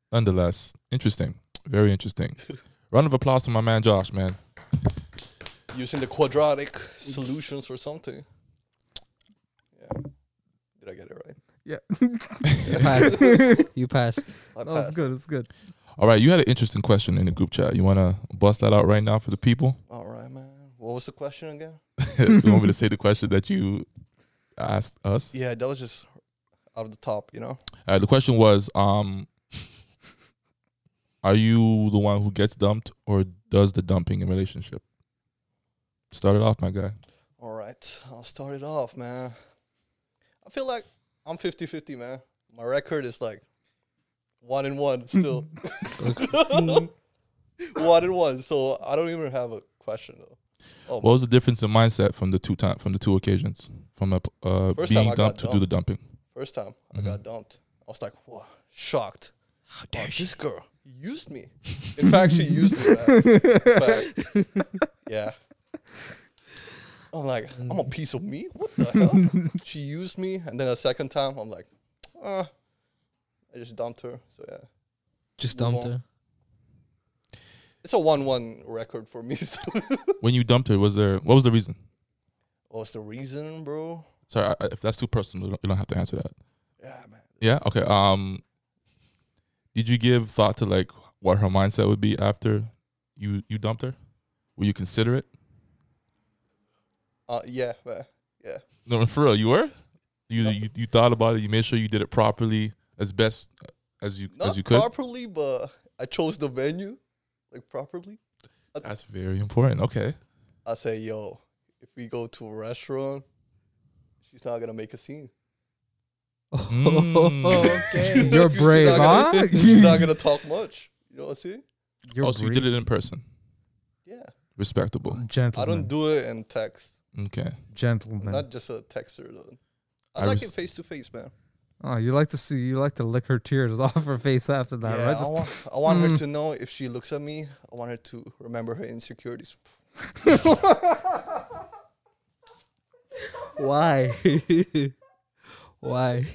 Speaker 2: Nonetheless, interesting. Very interesting. Round of applause to my man Josh, man. [LAUGHS]
Speaker 1: Using the quadratic solutions or something. Yeah. Did I get it right?
Speaker 3: yeah,
Speaker 4: You passed. you passed.
Speaker 1: I
Speaker 3: no, it's
Speaker 1: passed.
Speaker 3: good. It's good.
Speaker 2: All right, you had an interesting question in the group chat. You wanna bust that out right now for the people? [LAUGHS]
Speaker 1: All right, man. What was the question again?
Speaker 2: you want me to say the question that you asked us?
Speaker 1: Yeah, that was just out of the top, you know?
Speaker 2: Uh, the question was, um, are you the one who gets dumped or does the dumping in relationship? Start it off, my guy.
Speaker 1: All right. I'll start it off, man. I feel like I'm 50 50, man. My record is like one and one still. [LAUGHS] one and one. So I don't even have a question, though. Oh,
Speaker 2: What was the difference in mindset from the two time from the two occasions from a, p- uh,
Speaker 1: First time
Speaker 2: being
Speaker 1: I got
Speaker 2: dumped to do the dumping?
Speaker 1: first time I
Speaker 2: Mhm.
Speaker 1: got dumped, I was like, whoa, shocked.
Speaker 4: How
Speaker 1: Wow,
Speaker 4: dare she?
Speaker 1: this girl used me. In fact, she used me. man. In fact, yeah. I'm like, I'm a piece of meat. What the hell? she used me, and then a second time, I'm like, uh, I just dumped her. So yeah,
Speaker 4: Just dumped her.
Speaker 1: it's a one-one record for me. [LAUGHS] So.
Speaker 2: When you dumped her, was there what was the reason?
Speaker 1: What's the reason, bro?
Speaker 2: Sorry, I, I- if that's too personal, you don't, you don't have to answer that.
Speaker 1: Yeah, man.
Speaker 2: Yeah, okay. Um, did you give thought to like what her mindset would be after you you dumped her? Were you considerate?
Speaker 1: Uh, yeah, man. Yeah.
Speaker 2: No, [LAUGHS] for real, you were. You,
Speaker 1: No.
Speaker 2: you you thought about it. You made sure you did it properly as best uh, as you
Speaker 1: Not
Speaker 2: as you could.
Speaker 1: properly, but I chose the venue, like properly.
Speaker 2: That's very important. Okay.
Speaker 1: [LAUGHS] I say, yo, if we go to a restaurant, she's not gonna make a [LAUGHS] scene.
Speaker 2: Mm.
Speaker 4: okay.
Speaker 3: You're brave,
Speaker 1: She's not
Speaker 3: huh?
Speaker 1: gonna- She's not gonna talk much. You know what I'm saying?
Speaker 3: You're
Speaker 2: oh, so you
Speaker 3: brave.
Speaker 2: did it in person.
Speaker 1: Yeah.
Speaker 2: Respectable.
Speaker 1: I
Speaker 3: Gentlemen.
Speaker 1: don't do it in text.
Speaker 2: Okay.
Speaker 1: I'm
Speaker 3: Gentlemen.
Speaker 1: not just a texter though. I,
Speaker 2: I
Speaker 1: like
Speaker 2: res-
Speaker 1: it face to face, man.
Speaker 3: oh, you like to see, you like to lick her tears [LAUGHS] off her face after that,
Speaker 1: yeah,
Speaker 3: right?
Speaker 1: I
Speaker 3: Just-
Speaker 1: want, [LAUGHS] I want her
Speaker 3: Mm.
Speaker 1: to know if she looks at me, I want her to remember her insecurities.
Speaker 4: Why? [LAUGHS] Why?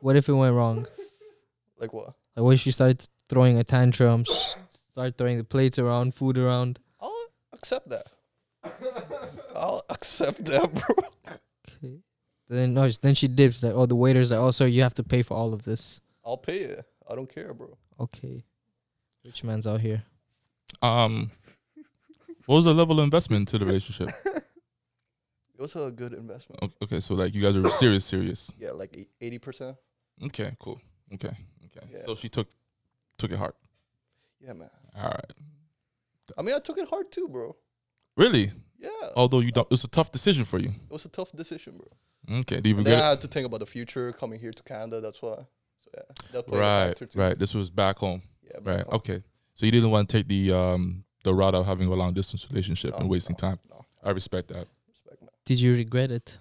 Speaker 4: What if it went wrong?
Speaker 1: Like what?
Speaker 4: Like, what if she started throwing a tantrum, s- start throwing the plates around, food around?
Speaker 1: I'll accept that. [LAUGHS] I'll accept that, bro.
Speaker 4: Okay. Then no, then she dips. Like, oh, the waiter's like, oh, sir, you have to pay for all of this.
Speaker 1: I'll pay it. I don't care, bro.
Speaker 4: Okay. Rich man's out here.
Speaker 2: Um, what was the level of investment to the relationship?
Speaker 1: It was a good investment.
Speaker 2: O- Okay, so like you guys are serious, serious.
Speaker 1: Yeah, like e, eighty percent.
Speaker 2: Okay, cool. Okay, okay.
Speaker 1: Yeah.
Speaker 2: So she took took it hard.
Speaker 1: Yeah, man.
Speaker 2: All right.
Speaker 1: I mean, I took it hard too, bro.
Speaker 2: Really?
Speaker 1: Yeah,
Speaker 2: Although you don't, it was a tough decision for you.
Speaker 1: it was a tough decision, bro.
Speaker 2: Okay. Do you
Speaker 1: And then I
Speaker 2: regret?
Speaker 1: had to think about the future, coming here to Canada. That's why. So yeah, that
Speaker 2: It?
Speaker 1: played a
Speaker 2: Right.
Speaker 1: factor too.
Speaker 2: Right. This was back home.
Speaker 1: Yeah, but
Speaker 2: Right.
Speaker 1: no,
Speaker 2: Okay. So you didn't want to take the um the route of having a long distance relationship
Speaker 1: no,
Speaker 2: and wasting
Speaker 1: Oh, no,
Speaker 2: time.
Speaker 1: No,
Speaker 2: I respect that.
Speaker 1: respect, man.
Speaker 4: Did you regret it?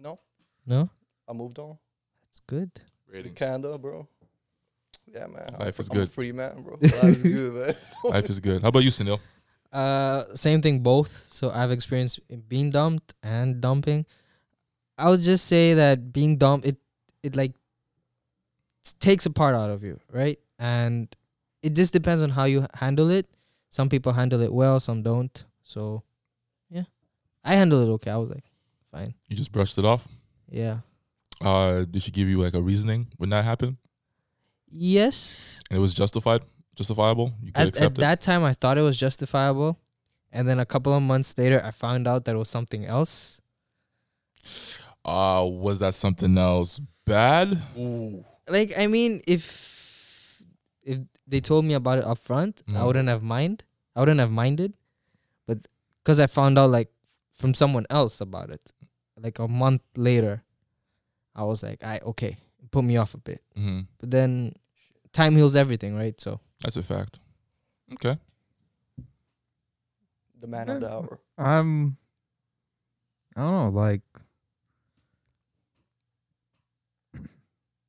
Speaker 1: No.
Speaker 4: No?
Speaker 1: I moved on.
Speaker 4: It's good.
Speaker 1: In
Speaker 2: Ratings.
Speaker 1: [LAUGHS] Canada, bro. Yeah, man. I'm
Speaker 2: Life
Speaker 1: fr-
Speaker 2: is
Speaker 1: I'm a
Speaker 2: good.
Speaker 1: free man,
Speaker 2: [LAUGHS]
Speaker 1: bro. Life is good, man.
Speaker 2: Life is good. How about you, Sunil?
Speaker 4: Uh, same thing both. So I've experienced being dumped and dumping. I would just say that being dumped, it it like s- takes a part out of you, right? And it just depends on how you h- handle it. Some people handle it well, some don't. So, yeah, I handled it okay. I was like, fine,
Speaker 2: You just brushed it off.
Speaker 4: yeah,
Speaker 2: Uh, did she give you like a reasoning when that happened?
Speaker 4: yes.
Speaker 2: And it was justified, justifiable. You could
Speaker 4: At, at
Speaker 2: accept it.
Speaker 4: that time, I thought it was justifiable, and then a couple of months later, I found out that it was something else.
Speaker 2: Uh, was that something else bad?
Speaker 1: Ooh.
Speaker 4: like I mean, if if they told me about it up front, I
Speaker 1: Mm-hmm.
Speaker 2: Mhm.
Speaker 4: wouldn't have mind. I wouldn't have minded, but because I found out like from someone else about it, like a month later, I was like, I okay, it put me off a bit.
Speaker 2: hmm
Speaker 4: But then, time heals everything, right? So
Speaker 2: That's a fact. Okay.
Speaker 1: The man of the
Speaker 2: [LAUGHS]
Speaker 1: hour.
Speaker 3: I'm I don't know, like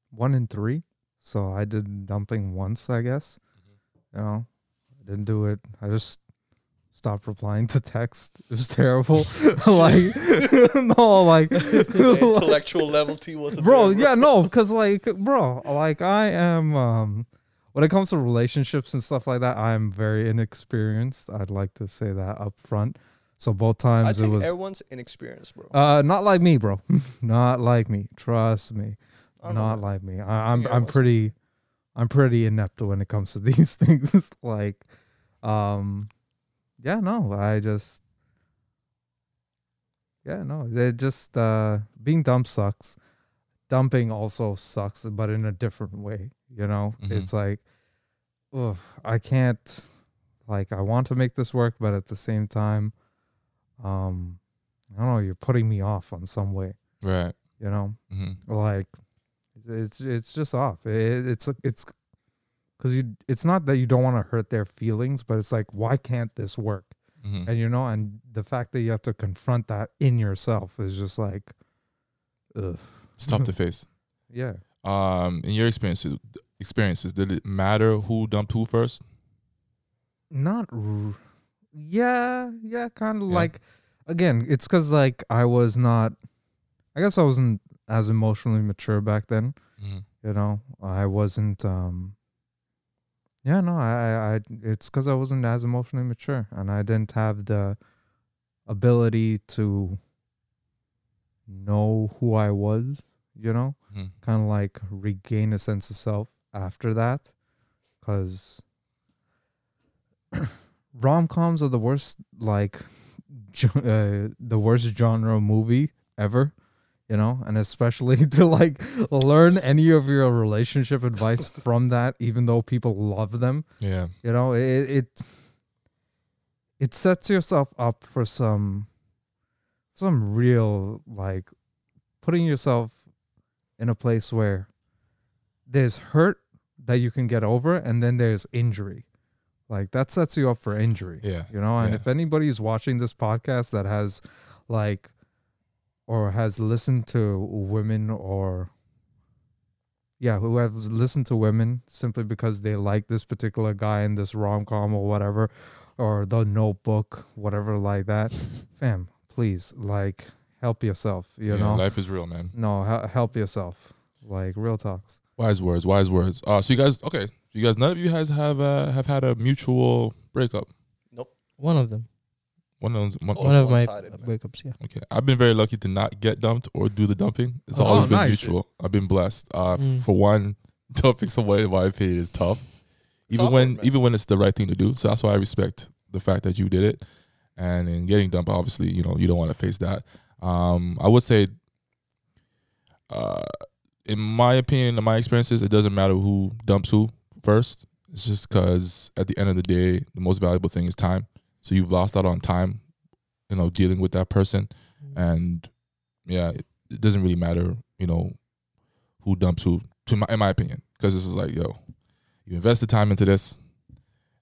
Speaker 3: one in three. So I did dumping once, I guess. You know, I didn't do it. I just stopped replying to text. It was [LAUGHS] terrible. like [LAUGHS] no, like,
Speaker 1: The
Speaker 3: like-
Speaker 1: intellectual level T was a
Speaker 3: bro,
Speaker 1: thing,
Speaker 3: yeah, no, because like, bro, like I am. um When it comes to relationships and stuff like that, I'm very inexperienced. I'd like to say that up front. So both
Speaker 1: I
Speaker 3: times it
Speaker 1: think
Speaker 3: was
Speaker 1: everyone's inexperienced, bro.
Speaker 3: uh, not like me, bro. [LAUGHS] not like me. Trust me.
Speaker 1: I don't know,
Speaker 3: Not
Speaker 1: man. [LAUGHS]
Speaker 3: like me. I, I'm
Speaker 1: think
Speaker 3: I'm
Speaker 1: everyone's-
Speaker 3: pretty I'm pretty inept when it comes to [LAUGHS] these things. like, um, yeah, no, I just yeah, no, it just uh, being dumb sucks. Dumping also sucks, but in a different way. You know,
Speaker 1: Mm-hmm.
Speaker 2: Mhm.
Speaker 3: it's like, ugh, I can't. Like, I want to make this work, but at the same time, um, I don't know. You're putting me off on some way.
Speaker 2: Right.
Speaker 3: You know,
Speaker 2: hmm
Speaker 3: like it's it's just off it, it's it's because you it's not that you don't want to hurt their feelings but it's like why can't this work
Speaker 2: hmm
Speaker 3: and you know and the fact that you have to confront that in yourself is just like ugh
Speaker 2: It's tough to face.
Speaker 3: yeah
Speaker 2: Um, in your experiences, experiences, did it matter who dumped who first?
Speaker 3: not r- yeah yeah kind of
Speaker 2: Yeah.
Speaker 3: like again it's because like i was not i guess i wasn't as emotionally mature back then
Speaker 2: Mm-hmm.
Speaker 3: you know i wasn't um yeah no i i, I it's because i wasn't as emotionally mature and i didn't have the ability to know who i was you know
Speaker 2: Mm-hmm.
Speaker 3: kind of like regain a sense of self after that because [COUGHS] rom-coms are the worst like [LAUGHS] gen- uh, the worst genre movie ever you know and especially [LAUGHS] to like learn any of your relationship advice from that even though people love them
Speaker 2: Yeah.
Speaker 3: you know it it it sets yourself up for some some real like putting yourself in a place where there's hurt that you can get over and then there's injury Like that sets you up for injury.
Speaker 2: Yeah.
Speaker 3: You know, and
Speaker 2: Yeah.
Speaker 3: if anybody's watching this podcast that has like or has listened to women or yeah, who have listened to women simply because they like this particular guy in this rom com or whatever, or the notebook, whatever like
Speaker 2: [LAUGHS]
Speaker 3: that. Fam, please, like help yourself, you
Speaker 2: Yeah,
Speaker 3: know.
Speaker 2: life is real, man.
Speaker 3: no, hel- help yourself. Like real talks.
Speaker 2: Wise words, wise words. Uh, so you guys, okay, so you guys, none of you guys have uh, have had a mutual breakup.
Speaker 4: One of them.
Speaker 2: One of them, one,
Speaker 1: Oh,
Speaker 4: One of my
Speaker 1: one-sided, man.
Speaker 4: breakups. Yeah.
Speaker 2: okay. I've been very lucky to not get dumped or do the dumping. It's
Speaker 3: Oh,
Speaker 2: always been
Speaker 3: nice.
Speaker 2: mutual. I've been blessed. Uh,
Speaker 4: Mm.
Speaker 2: for one, [LAUGHS] dumping someone in my opinion is tough. Even
Speaker 1: awkward,
Speaker 2: when
Speaker 1: man.
Speaker 2: even when it's the right thing to do. So that's why I respect the fact that you did it. And in getting dumped, obviously, you know, you don't want to face that. Um, I would say uh, in my opinion, in my experiences, it doesn't matter who dumps who first. It's just because at the end of the day, the most valuable thing is time. So you've lost out on time, you know, dealing with that person,
Speaker 1: Mm-hmm.
Speaker 2: and yeah, it, it doesn't really matter, you know, who dumps who. To my, in my opinion, because this is like, yo, you invested time into this.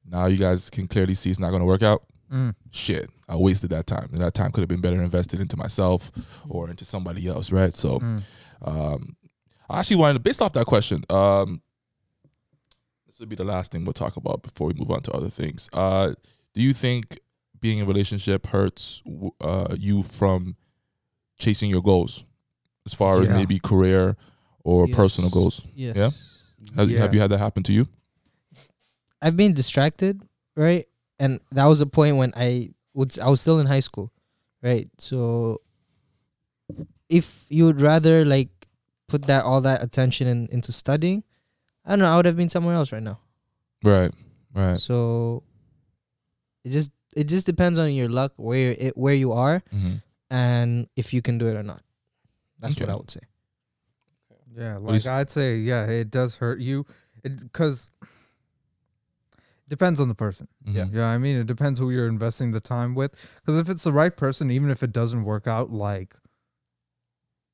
Speaker 2: Now you guys can clearly see it's not going to work out
Speaker 3: Mm.
Speaker 2: shit, I wasted that time. And that time could have been better invested into myself or into somebody else, right? So
Speaker 3: Mm.
Speaker 2: um I actually wanted to based off that question, um this would be the last thing we'll talk about before we move on to other things. Uh do you think being in a relationship hurts w- uh you from chasing your goals as far as
Speaker 3: Yeah.
Speaker 2: maybe career or personal
Speaker 4: Yes.
Speaker 2: goals?
Speaker 4: Yes.
Speaker 2: Yeah? Have,
Speaker 3: Yeah.
Speaker 2: have you had that happen to you?
Speaker 4: I've been distracted, right? And that was the point when I would I was still in high school, right? So if you would rather like put that all that attention in, into studying, I don't know, I would have been somewhere else right now.
Speaker 2: Right. Right.
Speaker 4: So it just it just depends on your luck where it where you are
Speaker 2: Mm-hmm.
Speaker 4: and if you can do it or not. That's what
Speaker 2: Okay.
Speaker 4: I would say.
Speaker 3: Yeah,
Speaker 2: do you
Speaker 3: like
Speaker 2: s-
Speaker 3: I'd say, yeah, it does hurt you, because depends on the person.
Speaker 2: Mm-hmm.
Speaker 1: Yeah.
Speaker 3: Yeah, I mean, it depends who you're investing the time with. Because if it's the right person, even if it doesn't work out, like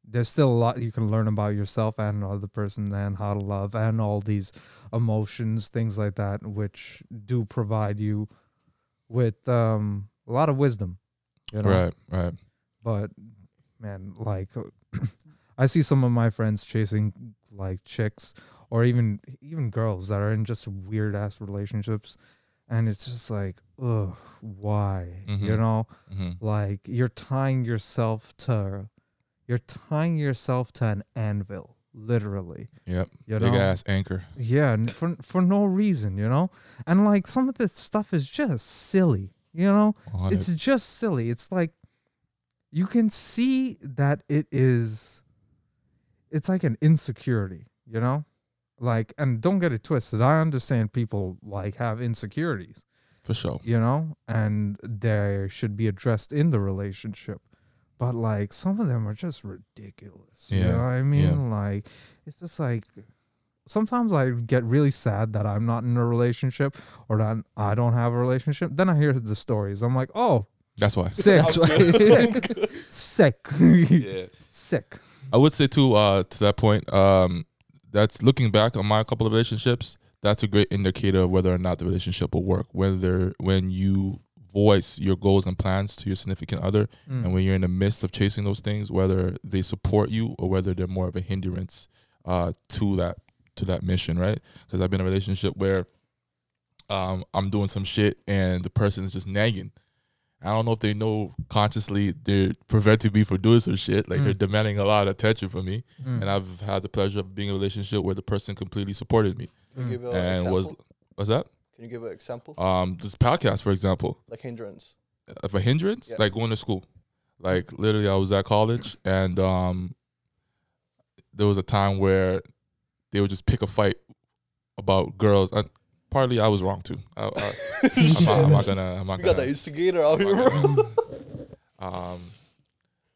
Speaker 3: there's still a lot you can learn about yourself and another person, and how to love, and all these emotions, things like that, which do provide you with um, a lot of wisdom. You know?
Speaker 2: Right. Right.
Speaker 3: but man, like uh, [CLEARS THROAT] I see some of my friends chasing like chicks or even even girls that are in just weird ass relationships, and it's just like, ugh, why? You
Speaker 2: Mhm.
Speaker 3: know,
Speaker 2: Mm-hmm.
Speaker 3: like you're tying yourself to, you're tying yourself to an anvil, literally.
Speaker 2: Yep.
Speaker 3: You know,
Speaker 2: Big ass anchor.
Speaker 3: yeah, and for for no reason, you know, and like some of this stuff is just silly, you know
Speaker 2: On
Speaker 3: it's just silly. It's like you can see that it is it's like an insecurity, you know? Like and don't get it twisted. I understand people like have insecurities,
Speaker 2: it, for sure.
Speaker 3: you know, and they should be addressed in the relationship. But like some of them are just ridiculous. You
Speaker 2: Yeah,
Speaker 3: know what I mean? Like it's just like sometimes I get really sad that I'm not in a relationship or that I don't have a relationship. Then I hear the stories. I'm like, oh,
Speaker 2: That's why.
Speaker 3: sick,
Speaker 4: That's
Speaker 1: [LAUGHS]
Speaker 3: [LAUGHS]
Speaker 4: why-
Speaker 3: sick, sick, [LAUGHS]
Speaker 2: Yeah.
Speaker 3: sick.
Speaker 2: I would say too, uh, to that point, um, that's looking back on my couple of relationships, that's a great indicator of whether or not the relationship will work. Whether when you voice your goals and plans to your significant other
Speaker 3: Mm.
Speaker 2: and when you're in the midst of chasing those things, whether they support you or whether they're more of a hindrance uh, to that to that mission, right? Because I've been in a relationship where um, I'm doing some shit and the person is just nagging. I don't know if they know consciously they're preventing me from doing some shit. Like they're
Speaker 3: Mm.
Speaker 2: demanding a lot of attention from me,
Speaker 3: Mm.
Speaker 2: and I've had the pleasure of being in a relationship where the person completely supported me
Speaker 1: Can you give an
Speaker 2: and
Speaker 1: example?
Speaker 2: was what's that?
Speaker 1: Can you give an example?
Speaker 2: Um, this podcast, for example,
Speaker 1: like hindrance.
Speaker 2: of a hindrance,
Speaker 1: Yeah.
Speaker 2: like going to school. Like literally, I was at college, and um, there was a time where they would just pick a fight about girls. And partly, I was wrong too. I, I, uh,
Speaker 1: [LAUGHS]
Speaker 2: I'm, not, I'm not gonna. I'm not
Speaker 1: You got
Speaker 2: gonna.
Speaker 1: that instigator out here, bro.
Speaker 2: I'm not gonna- um,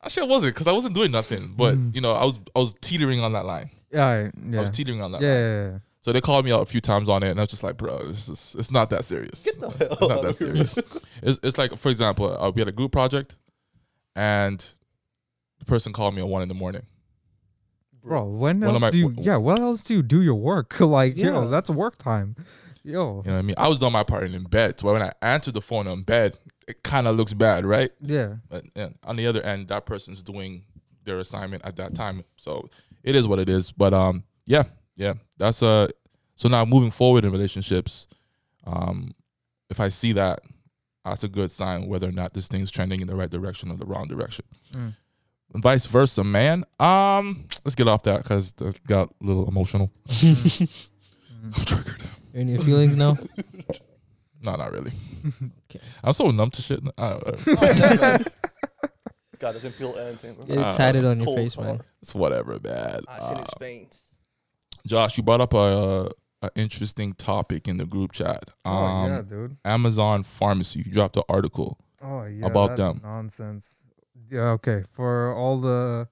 Speaker 2: actually, I wasn't because I wasn't doing nothing. But
Speaker 3: Mm.
Speaker 2: you know, I was I was teetering on that line.
Speaker 3: Yeah, yeah,
Speaker 2: I was teetering on
Speaker 3: yeah,
Speaker 2: that.
Speaker 3: yeah,
Speaker 2: line.
Speaker 3: yeah.
Speaker 2: So they called me out a few times on it, and I was just like, bro, it's just, it's not that
Speaker 1: [LAUGHS]
Speaker 2: serious.
Speaker 1: Get the
Speaker 2: It's
Speaker 1: hell
Speaker 2: not
Speaker 1: out
Speaker 2: that
Speaker 1: of here.
Speaker 2: serious. [LAUGHS] It's, it's like, for example, uh, we had a group project, and the person called me at one in the morning.
Speaker 3: Bro, when
Speaker 2: One of
Speaker 3: else
Speaker 2: my-
Speaker 3: do you?
Speaker 2: w-
Speaker 3: Yeah, what else do you do your work? [LAUGHS] Like,
Speaker 4: Yeah.
Speaker 3: yo, that's work time. yo,
Speaker 2: You know what I mean? I was doing my part in bed. So when I answered the phone on bed, it kind of looks bad, right?
Speaker 3: yeah,
Speaker 2: But yeah, on the other end, that person's doing their assignment at that time. So it is what it is. But um, yeah, yeah, that's uh. So now moving forward in relationships, um, if I see that, that's a good sign whether or not this thing's trending in the right direction or the wrong direction.
Speaker 3: Mm.
Speaker 2: And vice versa, man. Um, let's get off that because got a little emotional. [LAUGHS] I'm triggered.
Speaker 4: Any feelings now?
Speaker 2: No, not really.
Speaker 4: Okay.
Speaker 2: I'm so numb to shit. I uh, don't know.
Speaker 1: Oh, yeah, man.
Speaker 3: [LAUGHS]
Speaker 1: This guy doesn't feel anything. bro.
Speaker 4: Get it
Speaker 2: Uh,
Speaker 4: tatted on your
Speaker 1: Cold
Speaker 4: face, man.
Speaker 1: color.
Speaker 2: It's whatever, man.
Speaker 1: I
Speaker 3: Ah,
Speaker 1: seen
Speaker 2: Uh,
Speaker 1: his veins.
Speaker 2: Josh, you brought up a, uh, a interesting topic in the group chat. Um,
Speaker 3: oh yeah, dude.
Speaker 2: Amazon pharmacy. You dropped an article.
Speaker 3: Oh yeah,
Speaker 2: about
Speaker 3: that's
Speaker 2: them.
Speaker 3: Nonsense. Yeah, okay. For all the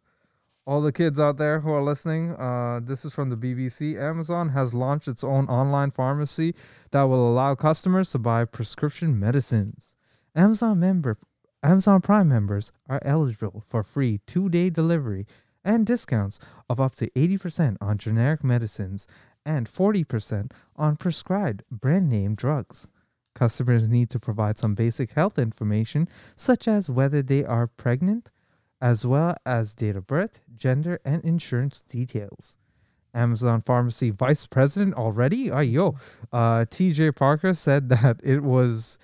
Speaker 3: all the kids out there who are listening, uh, this is from the BBC. Amazon has launched its own online pharmacy that will allow customers to buy prescription medicines. Amazon member Amazon Prime members are eligible for free two-day delivery and discounts of up to 80% on generic medicines and 40% on prescribed brand name drugs. Customers need to provide some basic health information, such as whether they are pregnant, as well as date of birth, gender, and insurance details. Amazon Pharmacy Vice President already, ay yo, uh, TJ Parker said that it was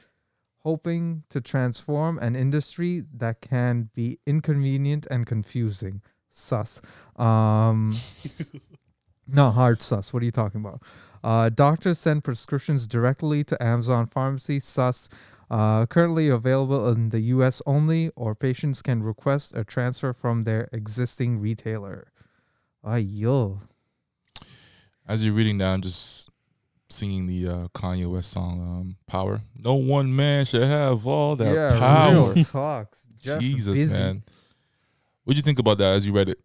Speaker 3: hoping to transform an industry that can be inconvenient and confusing. Sus.
Speaker 2: [LAUGHS]
Speaker 3: Um, not hard sus. What are you talking about? Uh, doctors send prescriptions directly to Amazon Pharmacy sus. Uh, currently available in the US only, or patients can request a transfer from their existing retailer. Ay, yo.
Speaker 2: As you're reading that, I'm just singing the uh, Kanye West song um, "Power." No one man should have all that power.
Speaker 3: real talks. Jeff
Speaker 2: Jesus,
Speaker 3: Bezos.
Speaker 2: man. What'd you think about that as you read it?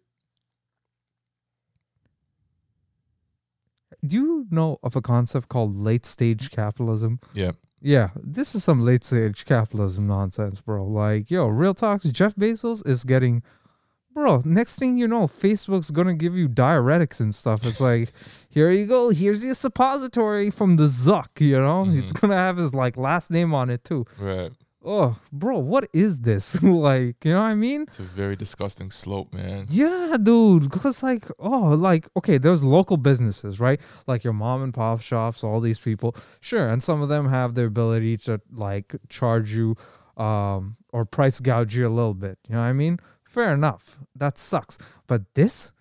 Speaker 3: Do you know of a concept called late stage capitalism?
Speaker 2: Yeah.
Speaker 3: Yeah, this is some late stage capitalism nonsense, bro. Like, yo, real talks, Jeff Bezos is getting bro, next thing you know, Facebook's gonna give you diuretics and stuff. It's like, here you go, here's your suppository from the Zuck, you know? It's gonna have his like last name on it too.
Speaker 2: Right.
Speaker 3: Oh, bro, what is this? [LAUGHS] like, you know what I mean?
Speaker 2: It's a very disgusting slope, man.
Speaker 3: Yeah, dude. Cause like, oh, like, okay, there's local businesses, right? Like your mom and pop shops, all these people. Sure, and some of them have the ability to like charge you um or price gouge you a little bit. You know what I mean? Fair enough. That sucks. But this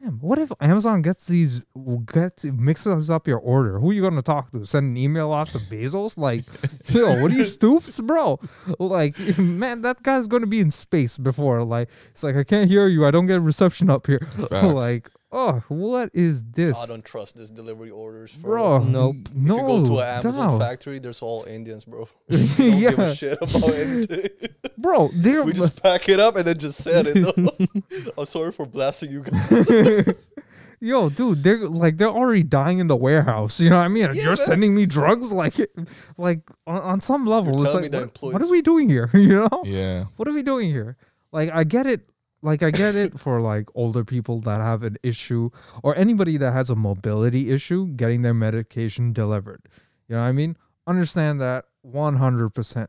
Speaker 3: Man, what if Amazon gets these gets mixes up your order? Who are you gonna talk to? Send an email off to Bezos? Like, yo, what are you stoops, bro? Like, man, that guy's gonna be in space before. Like, it's like I can't hear you. I don't get reception up here. [LAUGHS]
Speaker 2: Facts.
Speaker 3: like, oh, what is this,
Speaker 1: I don't trust this delivery orders, for
Speaker 3: bro?
Speaker 4: Nope.
Speaker 1: If
Speaker 3: No,
Speaker 1: you go to an Amazon
Speaker 3: no.
Speaker 1: factory, there's all Indians,
Speaker 3: [LAUGHS]
Speaker 1: bro. They don't give
Speaker 3: Yeah.
Speaker 1: a shit about
Speaker 3: [LAUGHS]
Speaker 1: anything.
Speaker 3: bro. They're
Speaker 1: we just pack it up and then just sell it.
Speaker 3: [LAUGHS]
Speaker 1: though. I'm sorry for blasting you guys.
Speaker 3: yo, dude. They're like they're already dying in the warehouse. You know what I mean? And
Speaker 1: Yeah,
Speaker 3: You're
Speaker 1: man.
Speaker 3: sending me drugs, [LAUGHS] like, like on, on some level, it's
Speaker 1: telling
Speaker 3: like,
Speaker 1: me that
Speaker 3: what, what are
Speaker 1: employees-
Speaker 3: we doing here? [LAUGHS] You know?
Speaker 2: Yeah.
Speaker 3: what are we doing here? Like, I get it. Like, I get it for like older people that have an issue or anybody that has a mobility issue getting their medication delivered. You know what I mean? Understand that 100%.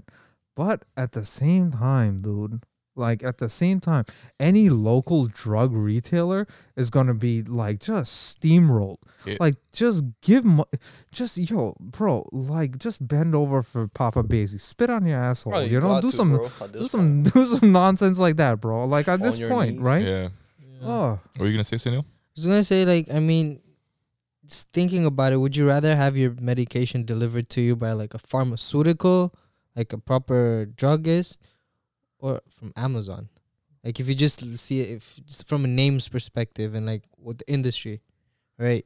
Speaker 3: But at the same time, dude, like, at the same time, any local drug retailer is going to be like just steamrolled.
Speaker 2: Yeah.
Speaker 3: Like, just give, mo- just, yo, bro, like, just bend over for Papa Basie. Spit on your asshole.
Speaker 1: Probably
Speaker 3: you know,
Speaker 1: got
Speaker 3: do
Speaker 1: to,
Speaker 3: some
Speaker 1: bro, at
Speaker 3: do
Speaker 1: this
Speaker 3: some [LAUGHS] do some nonsense like that, bro. Like at
Speaker 1: On
Speaker 3: this
Speaker 1: your
Speaker 3: point,
Speaker 1: knees.
Speaker 3: right?
Speaker 2: Yeah.
Speaker 4: Yeah.
Speaker 3: Oh,
Speaker 2: Were you gonna say, Sunil?
Speaker 4: I was gonna say like I mean, just thinking about it, would you rather have your medication delivered to you by like a pharmaceutical, like a proper druggist, or from Amazon? Like if you just l- see it if just from a name's perspective and like what the industry, right?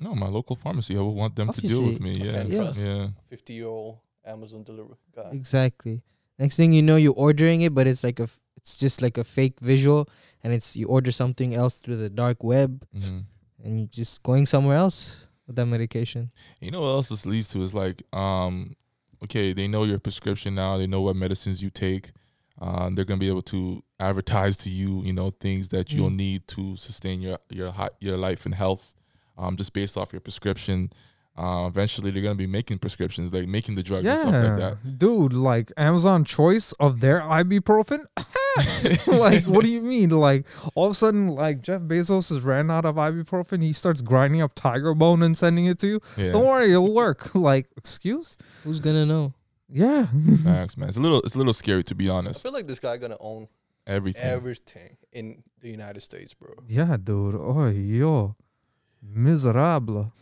Speaker 2: No, my local pharmacy. I would want them to deal with me. Yeah.
Speaker 1: Okay,
Speaker 4: Yeah.
Speaker 1: trust.
Speaker 2: Yeah.
Speaker 1: 50 year old Amazon delivery guy.
Speaker 4: Exactly. Next thing you know, you're ordering it, but it's like a f- it's just like a fake visual, and it's you order something else through the dark web,
Speaker 2: Mhm.
Speaker 4: and you're just going somewhere else with that medication.
Speaker 2: You know what else this leads to is like, um, okay, they know your prescription now. They know what medicines you take. Um, they're gonna be able to advertise to you, you know, things that you'll
Speaker 4: Mm.
Speaker 2: need to sustain your your hi- your life and health, um, just based off your prescription. Uh, eventually, they're gonna be making prescriptions, like making the drugs and stuff like that.
Speaker 3: Dude, like Amazon choice of their ibuprofen? [LAUGHS] like, what do you mean? Like, all of a sudden, like Jeff Bezos has ran out of ibuprofen. He starts grinding up tiger bone and sending it to you.
Speaker 2: Yeah,
Speaker 3: Don't worry, it'll work. [LAUGHS] Like, excuse?
Speaker 4: Who's gonna know?
Speaker 3: Yeah. [LAUGHS]
Speaker 2: facts, man. It's a little, it's a little scary to be
Speaker 1: I
Speaker 2: honest.
Speaker 1: feel like this guy gonna own
Speaker 2: Everything.
Speaker 1: everything in the United States, bro.
Speaker 3: yeah, dude. Oh, yo. Miserable.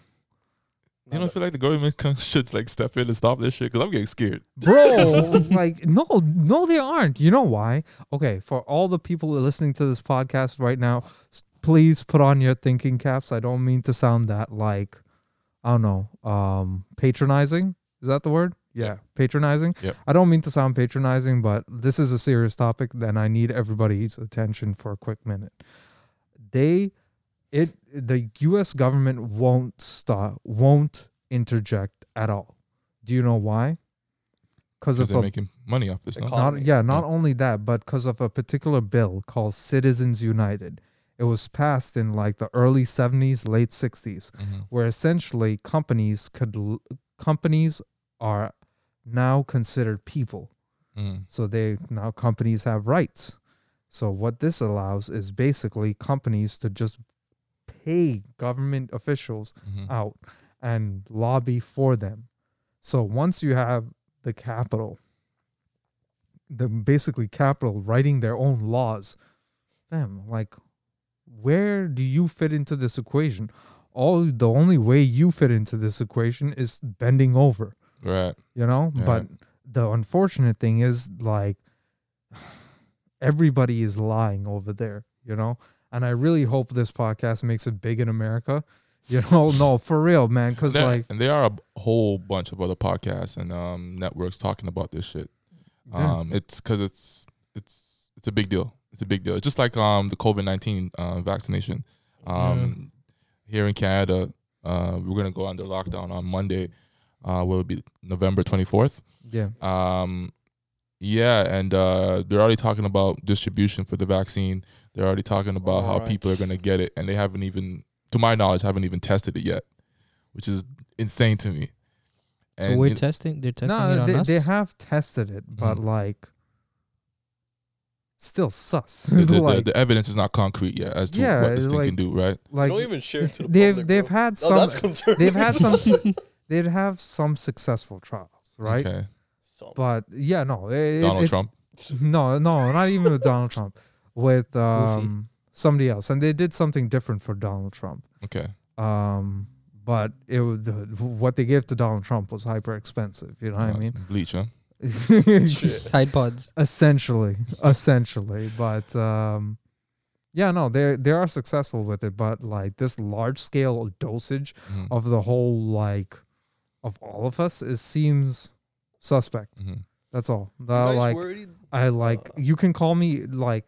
Speaker 2: you don't feel like the government [LAUGHS] can- should like step in and stop this shit? Cause I'm getting scared. [LAUGHS]
Speaker 3: bro like no no they aren't you know why okay for all the people who are listening to this podcast right now s- please put on your thinking caps i don't mean to sound that like i don't know um patronizing is that the word yeah,
Speaker 2: Yep.
Speaker 3: patronizing
Speaker 2: Yep.
Speaker 3: i don't mean to sound patronizing but this is a serious topic and i need everybody's attention for a quick minute they it the us government won't stop won't interject at all do you know why because
Speaker 2: Cause
Speaker 3: of
Speaker 2: they're
Speaker 3: a
Speaker 2: making money off this.
Speaker 1: They
Speaker 2: no?
Speaker 1: call-
Speaker 3: not
Speaker 1: Economy.
Speaker 3: yeah not only that but because of a particular bill called citizens united it was passed in like the early 70s late 60s
Speaker 2: Mhm.
Speaker 3: where essentially companies could l- companies are now considered people
Speaker 2: Mhm.
Speaker 3: so they now companies have rights so what this allows is basically companies to just pay government officials
Speaker 2: Mhm.
Speaker 1: Uh,
Speaker 3: out and lobby for them. So once you have the capital, the basically capital writing their own laws, them like, where do you fit into this equation? All the only way you fit into this equation is bending over,
Speaker 2: Right.
Speaker 3: you know.
Speaker 2: Yeah.
Speaker 3: But the unfortunate thing is like [SIGHS] everybody is lying over there, you know. And I really hope this podcast makes it big in America. [LAUGHS] You know, no, for real, man. Because
Speaker 2: There-
Speaker 3: like,
Speaker 2: and there are a b- whole bunch of other podcasts and um, networks talking about this shit.
Speaker 3: yeah.
Speaker 2: Um, it's because it's it's it's a big deal. It's a big deal. It's just like um the COVID nineteen uh, vaccination. Um, here in Canada, uh, we're gonna go under lockdown on Monday. Uh, will be November twenty fourth.
Speaker 3: yeah,
Speaker 2: Um, yeah, and uh, they're already talking about distribution for the vaccine. They're already talking about how
Speaker 1: Alright.
Speaker 2: people are gonna get it, and they haven't even, to my knowledge, haven't even tested it yet, which is insane to me.
Speaker 4: But we're
Speaker 2: you-
Speaker 4: testing. They're testing it
Speaker 3: no,
Speaker 4: on
Speaker 3: they,
Speaker 4: us.
Speaker 3: they have tested it, but
Speaker 2: Mhm.
Speaker 3: like, still sus. [LAUGHS]
Speaker 2: the, the- the-
Speaker 3: like,
Speaker 2: the evidence is not concrete yet as to
Speaker 3: Yeah,
Speaker 2: what this
Speaker 3: it's
Speaker 2: thing
Speaker 3: like-
Speaker 2: can do, right?
Speaker 3: like
Speaker 1: don't even share it to the
Speaker 3: they've
Speaker 1: public,
Speaker 3: they've
Speaker 1: bro.
Speaker 3: had
Speaker 1: Oh,
Speaker 3: some
Speaker 1: that's concerning.
Speaker 3: they've had
Speaker 4: [LAUGHS]
Speaker 3: some [LAUGHS] su- they'd have some successful trials, right?
Speaker 2: Okay.
Speaker 1: [LAUGHS] Some-
Speaker 3: But yeah, no, it,
Speaker 2: Donald
Speaker 3: it-
Speaker 2: Trump.
Speaker 3: No, no, not even with Donald Trump, with um somebody else, and they did something different for Donald Trump.
Speaker 2: Okay.
Speaker 3: Um, but it was the, what they gave to Donald Trump was hyper expensive. You know what I
Speaker 2: Uh,
Speaker 3: mean?
Speaker 2: some bleach, huh?
Speaker 3: [LAUGHS]
Speaker 1: Shit.
Speaker 4: Tide pods.
Speaker 3: essentially essentially but um yeah no they they are successful with it but like this large scale dosage
Speaker 2: Mhm,
Speaker 3: of the whole like of all of us it seems suspect
Speaker 2: mhm.
Speaker 3: that's all
Speaker 1: You
Speaker 3: that
Speaker 1: guys
Speaker 3: like
Speaker 1: worried?
Speaker 3: i like
Speaker 1: Uh.
Speaker 3: you can call me like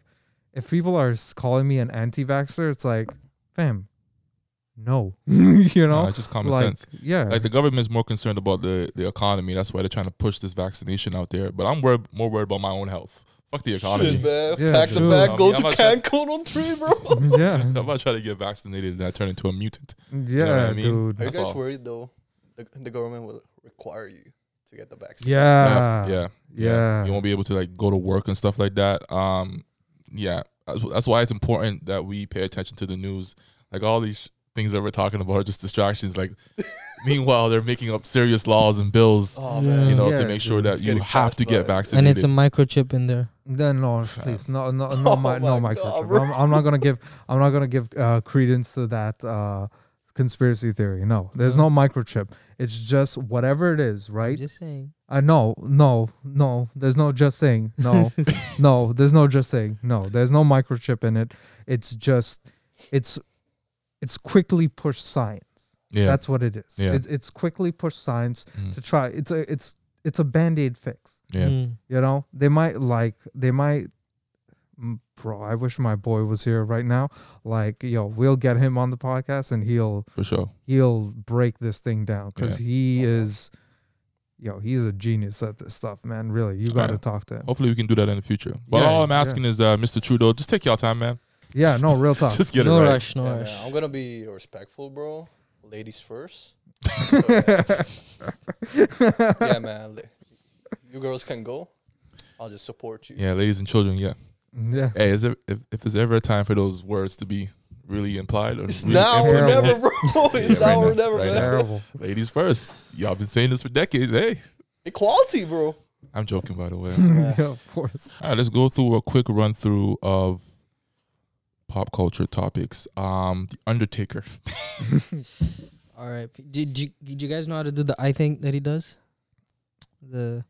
Speaker 3: if people are s- calling me an anti-vaxxer it's like fam
Speaker 2: [LAUGHS]
Speaker 3: no [LAUGHS] you know
Speaker 2: Nah, it's just common
Speaker 3: like
Speaker 2: sense.
Speaker 3: yeah
Speaker 2: Like the government's more concerned about the, the economy. That's why they're trying to push this vaccination out there. But I'm worried, more worried about my own health. Fuck the economy.
Speaker 1: Shit, man.
Speaker 3: Yeah,
Speaker 1: Pack
Speaker 3: sure.
Speaker 1: the bag,
Speaker 2: I
Speaker 1: go
Speaker 2: mean, I'm
Speaker 1: to
Speaker 2: not trying-
Speaker 1: Cancun on three, bro.
Speaker 3: [LAUGHS]
Speaker 1: Are
Speaker 2: [LAUGHS]
Speaker 3: [LAUGHS] yeah
Speaker 2: I'm not trying to get vaccinated and I turn into a mutant. know
Speaker 3: yeah
Speaker 2: what I mean?
Speaker 3: dude
Speaker 1: you
Speaker 2: That's
Speaker 1: guys
Speaker 2: all.
Speaker 1: worried though? The, the government will require you to get the vaccine. [LAUGHS]
Speaker 3: yeah
Speaker 2: yeah.
Speaker 3: Ah, yeah
Speaker 2: You won't be able to like go to work and stuff like that. Um, yeah, that's, that's why it's important that we pay attention to the news. Like all these things that we're talking about are just distractions. Like, [LAUGHS] meanwhile, they're making up serious laws and bills,
Speaker 1: Oh
Speaker 4: Yeah.
Speaker 1: man.
Speaker 2: you know,
Speaker 3: Yeah,
Speaker 2: to make sure
Speaker 1: dude,
Speaker 2: that
Speaker 1: it's
Speaker 2: you
Speaker 1: getting
Speaker 2: have
Speaker 1: passed
Speaker 2: [LAUGHS] to get
Speaker 1: by.
Speaker 2: vaccinated.
Speaker 4: And it's a microchip in there.
Speaker 3: Then no,
Speaker 2: Fam.
Speaker 3: please, no,
Speaker 2: [LAUGHS]
Speaker 3: no, no, my,
Speaker 1: Oh
Speaker 3: no,
Speaker 1: my
Speaker 3: microchip.
Speaker 1: God, bro.
Speaker 3: I'm, I'm not gonna give, I'm not gonna give uh, credence to that uh, conspiracy theory. No, there's
Speaker 2: Mm-hmm.
Speaker 3: no microchip. It's just whatever it is,
Speaker 4: I'm
Speaker 3: right?
Speaker 4: just saying.
Speaker 3: I know, no, no, there's no just saying,
Speaker 2: [LAUGHS]
Speaker 3: no, no, there's no just saying, no, there's no microchip in it. It's just, it's, it's quickly pushed science.
Speaker 2: yeah,
Speaker 3: That's what it is.
Speaker 2: Yeah.
Speaker 3: It, it's quickly pushed science
Speaker 2: Mhm.
Speaker 3: to try. It's a, it's, it's a band aid fix.
Speaker 2: yeah.
Speaker 4: Mm.
Speaker 3: You know, they might like they might Mm, bro, I wish my boy was here right now. Like, yo, we'll get him on the podcast and he'll
Speaker 2: for sure.
Speaker 3: he'll break this thing down cuz he is yo, he's a genius at this stuff, man. Really. You
Speaker 2: Oh,
Speaker 3: got to
Speaker 2: yeah.
Speaker 3: talk to him.
Speaker 2: Hopefully, we can do that in the future. But
Speaker 3: Yeah,
Speaker 2: all I'm
Speaker 3: yeah.
Speaker 2: asking is that Mr. Trudeau, just take your time, man. [LAUGHS]
Speaker 3: Yeah, no, real talk.
Speaker 2: Just get
Speaker 4: no
Speaker 2: it right.
Speaker 4: rush, no
Speaker 1: Yeah, man,
Speaker 4: rush.
Speaker 1: I'm gonna be respectful, bro. ladies
Speaker 4: [LAUGHS]
Speaker 1: first. So, yeah, man. li- You girls can go. I'll just support you.
Speaker 2: Yeah, ladies and children. Yeah.
Speaker 3: yeah.
Speaker 2: Hey, is there, if, if there's ever a time for those words to be really implied or
Speaker 1: It's
Speaker 2: really
Speaker 1: now or
Speaker 3: Terrible.
Speaker 1: never,
Speaker 2: implemented,
Speaker 1: bro. It's
Speaker 2: Yeah,
Speaker 1: now
Speaker 2: right
Speaker 1: or
Speaker 2: now,
Speaker 1: never,
Speaker 2: right
Speaker 1: man. [LAUGHS]
Speaker 2: now.
Speaker 3: Terrible. [LAUGHS]
Speaker 2: ladies first. Y'all been saying this for decades. Hey,
Speaker 1: Equality, bro.
Speaker 2: I'm joking by the way.
Speaker 1: Yeah.
Speaker 3: yeah, of course.
Speaker 2: All right, let's go through a quick run through of pop culture topics. Um, The Undertaker.
Speaker 4: All right. Did you did you guys know how to do the I think that he does? The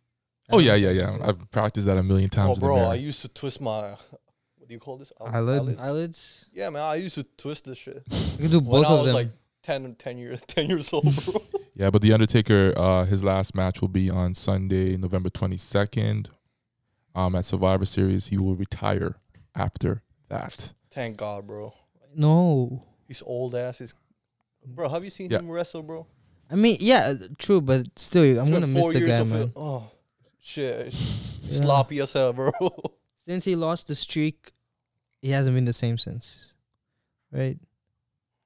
Speaker 2: Oh yeah, yeah, yeah. I've practiced that a million times.
Speaker 1: Oh,
Speaker 2: in the
Speaker 1: bro,
Speaker 2: mirror.
Speaker 1: I used to twist my. What do you call this? Eyel-
Speaker 3: Eyelid.
Speaker 4: eyelids.
Speaker 1: Yeah, man. I used to twist this shit
Speaker 4: You can do
Speaker 1: when
Speaker 4: both
Speaker 1: I
Speaker 4: of
Speaker 1: was
Speaker 4: them.
Speaker 1: like 10, 10 years, [LAUGHS] ten years old, bro.
Speaker 2: Yeah, but The Undertaker, uh, his last match will be on Sunday, November 22nd. Um, at Survivor Series, he will retire after that.
Speaker 1: Thank God, bro.
Speaker 4: no,
Speaker 1: He's old ass. He's bro. Have you seen
Speaker 2: Yeah.
Speaker 1: him wrestle, bro?
Speaker 4: I mean yeah, true, but still, I'm
Speaker 1: It's
Speaker 4: gonna
Speaker 1: been
Speaker 4: miss the guy,
Speaker 1: of
Speaker 4: man.
Speaker 1: it. Oh shit,
Speaker 4: Yeah.
Speaker 1: sloppy as hell, bro. [LAUGHS] Oh,
Speaker 4: Since he lost the streak, he hasn't been the same since, right?